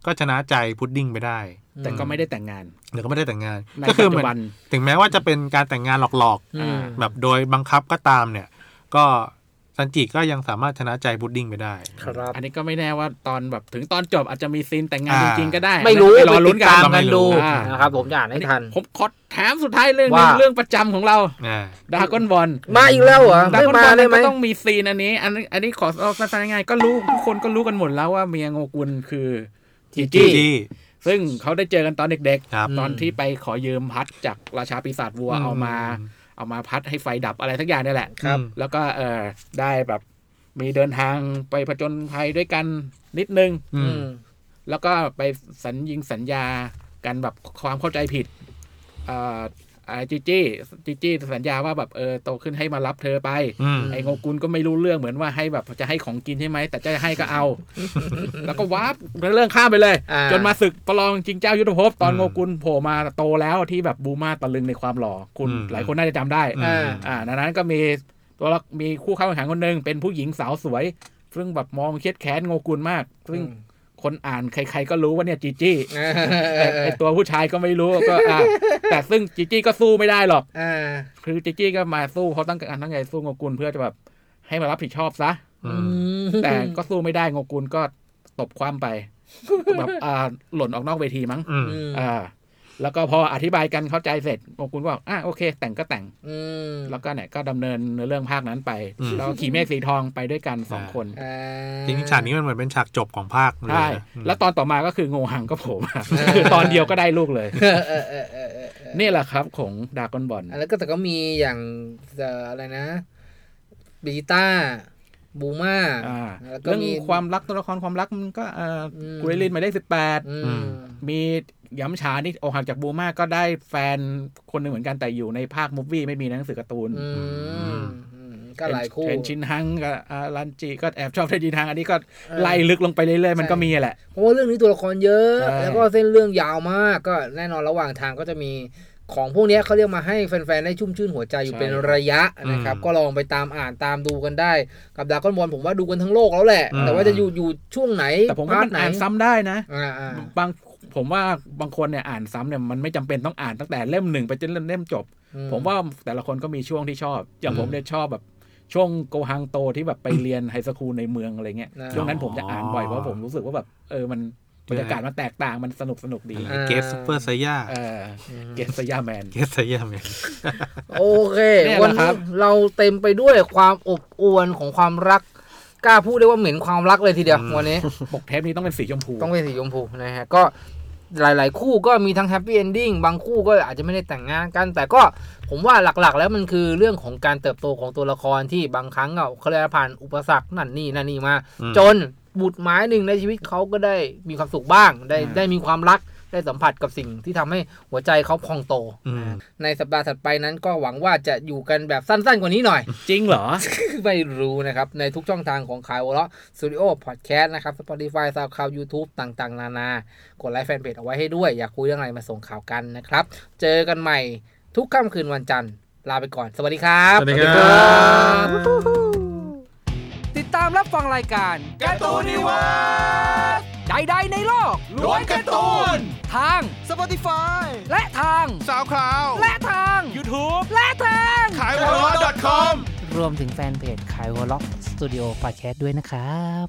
[SPEAKER 3] ก็ชนะใจพุดดิ้งไปได้
[SPEAKER 4] แต่ก็ไม่ได้แต่งงาน
[SPEAKER 3] เดี๋ยวก็ไม่ได้แต่งงาน
[SPEAKER 4] ใน
[SPEAKER 3] ก็
[SPEAKER 4] ปั
[SPEAKER 3] คือ
[SPEAKER 4] จ
[SPEAKER 3] เหมือ
[SPEAKER 4] จุ
[SPEAKER 3] น
[SPEAKER 4] บัน
[SPEAKER 3] ถึงแม้ว่าจะเป็นการแต่งงานหลอก
[SPEAKER 2] อืม
[SPEAKER 3] ๆ แบบโดยบังคับก็ตามเนี่ย ก็ซันจิก็ยังสามารถชนะใจพุดดิ้งไปได้
[SPEAKER 2] ครับ
[SPEAKER 4] อันนี้ก็ไม่แน่ว่าตอนแบบถึงตอนจบอาจจะมีซีนแต่งงาน
[SPEAKER 3] อ่า
[SPEAKER 4] จริงๆก็ได้
[SPEAKER 2] ไม่รู้
[SPEAKER 4] ป
[SPEAKER 2] ไป
[SPEAKER 4] รอลุ้น
[SPEAKER 2] ติด
[SPEAKER 4] กั
[SPEAKER 2] ตาน มกันดู
[SPEAKER 4] อ่าน
[SPEAKER 2] นะครับ ผมจะอ่านให้ทัน
[SPEAKER 4] ผมขอถามสุดท้ายเรื่องหนึง
[SPEAKER 2] ว่า
[SPEAKER 4] เรื่องประจำของเรา
[SPEAKER 3] อ่า
[SPEAKER 4] ดากอนบอล
[SPEAKER 2] มาอีกแล้วเหรอ
[SPEAKER 4] ดา
[SPEAKER 2] ไม่
[SPEAKER 4] กอน
[SPEAKER 2] มา
[SPEAKER 4] บอล
[SPEAKER 2] ได้ไหม
[SPEAKER 4] ก็ต้องมีซีนอันนี้ อันอันนี้ขอเอาสั้นๆง่ายๆก็รู้ทุกคนก็รู้กันหมดแล้วว่าเมียโงกุลคือจี
[SPEAKER 3] จี
[SPEAKER 4] จี้
[SPEAKER 3] จี้
[SPEAKER 4] ซึ่งเขาได้เจอกันตอนเด็ก
[SPEAKER 3] ครับ
[SPEAKER 4] ตอนที่ไปขอยืมพัดจากราชาปีศาจวัว
[SPEAKER 3] อืม
[SPEAKER 4] เอามา เอามาพัดให้ไฟดับอะไรทักอย่างเนี่ยแหละ
[SPEAKER 3] ครับ
[SPEAKER 4] แล้วก็เออได้แบบมีเดินทางไปผจญภัยด้วยกันนิดนึง
[SPEAKER 3] อื
[SPEAKER 2] อื
[SPEAKER 3] ม
[SPEAKER 2] ม
[SPEAKER 4] แล้วก็ไปสัญญิงสัญญากันแบบความเข้าใจผิด อ่าไอ้จิจี้จิจี้สัญญาว่าแบบเออโตขึ้นให้มารับเธอไป
[SPEAKER 3] อืม
[SPEAKER 4] ไอ้โงกุลก็ไม่รู้เรื่องเหมือนว่าให้แบบจะให้ของกินใช่ไหม แต่จะให้ก็เอา แล้วก็วาร์ปเรื่องข้ามไปเลย
[SPEAKER 2] อ่า
[SPEAKER 4] จนมาศึกประลองจริงเจ้ายุทธภพ ตอน
[SPEAKER 3] อืม
[SPEAKER 4] โงกุลโผล่มาโตแล้วที่แบบบูมาตะลึงในความหล่อคุณ
[SPEAKER 3] อืม
[SPEAKER 4] หลายคนน่าจะจำได้
[SPEAKER 3] อื
[SPEAKER 2] อ่า
[SPEAKER 3] ม
[SPEAKER 4] อ่าดังนั้นก็มีตัวละมีคู่เข้าแข่งขันคนหนึ่งเป็นผู้หญิงสาวสวย ซึ่งแบบมองเครียดแค้นโงกุลมาก ซึ่ง
[SPEAKER 2] อืม
[SPEAKER 4] คนอ่านใครๆก็รู้ว่าเนี่ยจีจี้
[SPEAKER 2] อ่า
[SPEAKER 4] แต่ไอตัวผู้ชายก็ไม่รู้ก็อ่า แต่ซึ่งจีจี้ก็สู้ไม่ได้หรอก
[SPEAKER 2] อ่า
[SPEAKER 4] คือจิกกี้ก็มาสู้เขาตั้งการตั้งใจสู้โงกุลเพื่อจะแบบให้มารับผิดชอบซะ
[SPEAKER 3] อื
[SPEAKER 2] อื
[SPEAKER 3] ม
[SPEAKER 2] ม
[SPEAKER 4] แต่ก็สู้ไม่ได้โงกุลก็ตบความไป แบบอ่าหล่นออกนอกเวทีมั้ง
[SPEAKER 3] อืม
[SPEAKER 2] อืม
[SPEAKER 4] อ่าแล้วก็พออธิบายกันเข้าใจเสร็จโงกุลก็บอกอ่ะโอเค แต่งก็แต่ง
[SPEAKER 2] อืม
[SPEAKER 4] แล้วก็เนี่ยก็ดำเนินเนื้อเรื่องภาคนั้นไป
[SPEAKER 3] อืม
[SPEAKER 4] แล้วก็ขี่เมฆสีทองไปด้วยกันสองคน
[SPEAKER 2] อ่า
[SPEAKER 3] จริงๆฉากนี้มันเหมือนเป็นฉากจบของภาคเลยนะ
[SPEAKER 4] ใช่
[SPEAKER 3] อืม
[SPEAKER 4] แล้วตอนต่อมาก็คือโงหังก็โผล่มา
[SPEAKER 2] อ่า
[SPEAKER 4] คือตอนเดียวก็ได้ลูกเลย
[SPEAKER 2] เออเออเออเออเออเออ
[SPEAKER 4] นี่แหละครับของดากอนบอล
[SPEAKER 2] อ่ะแล้วก็แต่ก็มีอย่างเอ่ออะไรนะบีต้าบูมา
[SPEAKER 4] อ่า
[SPEAKER 2] แล้วก็
[SPEAKER 4] เรื่อง
[SPEAKER 2] มี
[SPEAKER 4] ความรักตัวละครความรักมันก็เอ่ออ
[SPEAKER 2] ม
[SPEAKER 4] กุยลินหมายเลขสิบแปด
[SPEAKER 2] อื
[SPEAKER 3] อื
[SPEAKER 2] ม
[SPEAKER 3] ม
[SPEAKER 4] มีย้ำฉานี่ออกหักจากบูมาก็ได้แฟนคนหนึ่งเหมือนกันแต่อยู่ในภาคมูฟวี่ไม่มีในหนังสือการ์ตูน
[SPEAKER 2] อืมอืมก็หลายคู่
[SPEAKER 4] เทนชินฮังกับอารันจิก็แอบชอบเทนชินฮังอันนี้ก็
[SPEAKER 2] เออ
[SPEAKER 4] ไล่ลึกลงไปเรื่อยๆมันก็
[SPEAKER 2] ใช่
[SPEAKER 4] มีแหละ
[SPEAKER 2] เพราะว่าเรื่องนี้ตัวละครเยอะ
[SPEAKER 4] ใช่
[SPEAKER 2] แล้วก็เส้นเรื่องยาวมากก็แน่นอนระหว่างทางก็จะมีของพวกเนี้ยเขาเรียกมาให้แฟนๆ ได้ชุ่มชื่นหัวใจอยู่เป็นระยะนะครับ
[SPEAKER 3] อืม
[SPEAKER 2] ก็ลองไปตามอ่านตามดูกันได้ กับดากอนบอลผมว่าดูกันทั้งโลกแล้วแหละ
[SPEAKER 3] อืม
[SPEAKER 2] แต่ว่าจะอยู่อยู่ช่วงไหน
[SPEAKER 4] แต่ผมว่า
[SPEAKER 2] พร์ท
[SPEAKER 4] มัน
[SPEAKER 2] ไหน
[SPEAKER 4] อ่านซ้ำได้นะ
[SPEAKER 2] อ่าอ่า
[SPEAKER 4] บางผมว่าบางคนเนี่ยอ่านซ้ำเนี่ยมันไม่จำเป็นต้องอ่านตั้งแต่เล่มหนึ่งไปจนเล่มจบ
[SPEAKER 2] อื
[SPEAKER 4] ผมว่าแต่ละคนก็มีช่วงที่ชอบ อย่างผมเนี่ยชอบแบบช่วงโกฮังโตที่แบบไปเรียนไฮสคูลในเมืองอะไรเงี้ย
[SPEAKER 2] อ่า
[SPEAKER 4] ช่วงนั้นผมจะอ่านบ่อยเพราะผมรู้สึกว่าแบบเออมัน
[SPEAKER 3] ใช่
[SPEAKER 4] บรรยากาศมันแตกต่างมันสนุกสนุกดี
[SPEAKER 3] ไอ้เกสซูเปอร์ไซย่า
[SPEAKER 4] เออเกสยาแมน
[SPEAKER 3] เกสไซย่าแมน
[SPEAKER 2] โอเค
[SPEAKER 4] เนี่ย
[SPEAKER 2] วัน
[SPEAKER 4] นะครั
[SPEAKER 2] นี้
[SPEAKER 4] บ
[SPEAKER 2] เราเต็มไปด้วยความอบอวลของความรัก กล้าพูดได้ว่าเหม็นความรักเลยทีเดียว
[SPEAKER 3] อืม
[SPEAKER 2] วันนี้
[SPEAKER 4] ปกเทปนี้ต้องเป็นสีชมพู
[SPEAKER 2] ต้องเป็นสีชมพูนะฮะ ก็หลาย ๆ คู่ก็มีทั้งแฮปปี้เอนดิ้งบางคู่ก็อาจจะไม่ได้แต่งงานกัน แต่ก็ผมว่าหลัก ๆ แล้วมันคือเรื่องของการเติบโตของตัวละครที่บางครั้งเอาเขาเรียกว่าผ่านอุปสรรคนั่นนี่นั่นนี่มา
[SPEAKER 3] อืม
[SPEAKER 2] จนบุตรไม้หนึ่งในชีวิตเขาก็ได้มีความสุขบ้าง ได้ได้มีความรักได้สัมผัสกับสิ่งที่ทำให้หัวใจเขาพองโต
[SPEAKER 3] อืม
[SPEAKER 2] ในสัปดาห์ถัดไปนั้นก็หวังว่าจะอยู่กันแบบสั้น ๆ กว่านี้หน่อย
[SPEAKER 4] จริงเหรอ
[SPEAKER 2] ไม่รู้นะครับ ในทุกช่องทางของขายหัวเราะสตูดิโอพอดแคสต์นะครับ Spotify SoundCloud YouTube ต่างๆ นานา กดไลค์แฟนเพจเอาไว้ให้ด้วย อยากคุยเรื่องอะไรมาส่งข่าวกันนะครับ เจอกันใหม่ทุกค่ำคืนวันจันทร์ ลาไปก่อน สวัสดีครับ
[SPEAKER 3] สวัสดีครับ
[SPEAKER 2] ติดตามรับฟังรายการการ์ตูนิวาใดๆในโลกล้วนการ์ตูน ทาง
[SPEAKER 6] Spotify
[SPEAKER 2] และทาง
[SPEAKER 6] SoundCloud
[SPEAKER 2] และทาง
[SPEAKER 6] YouTube
[SPEAKER 2] และทาง
[SPEAKER 6] ขายหัวเราะ .com
[SPEAKER 7] รวมถึงแฟนเพจขายหัวล็อกสตูดิโอพอดแคสต์ด้วยนะครับ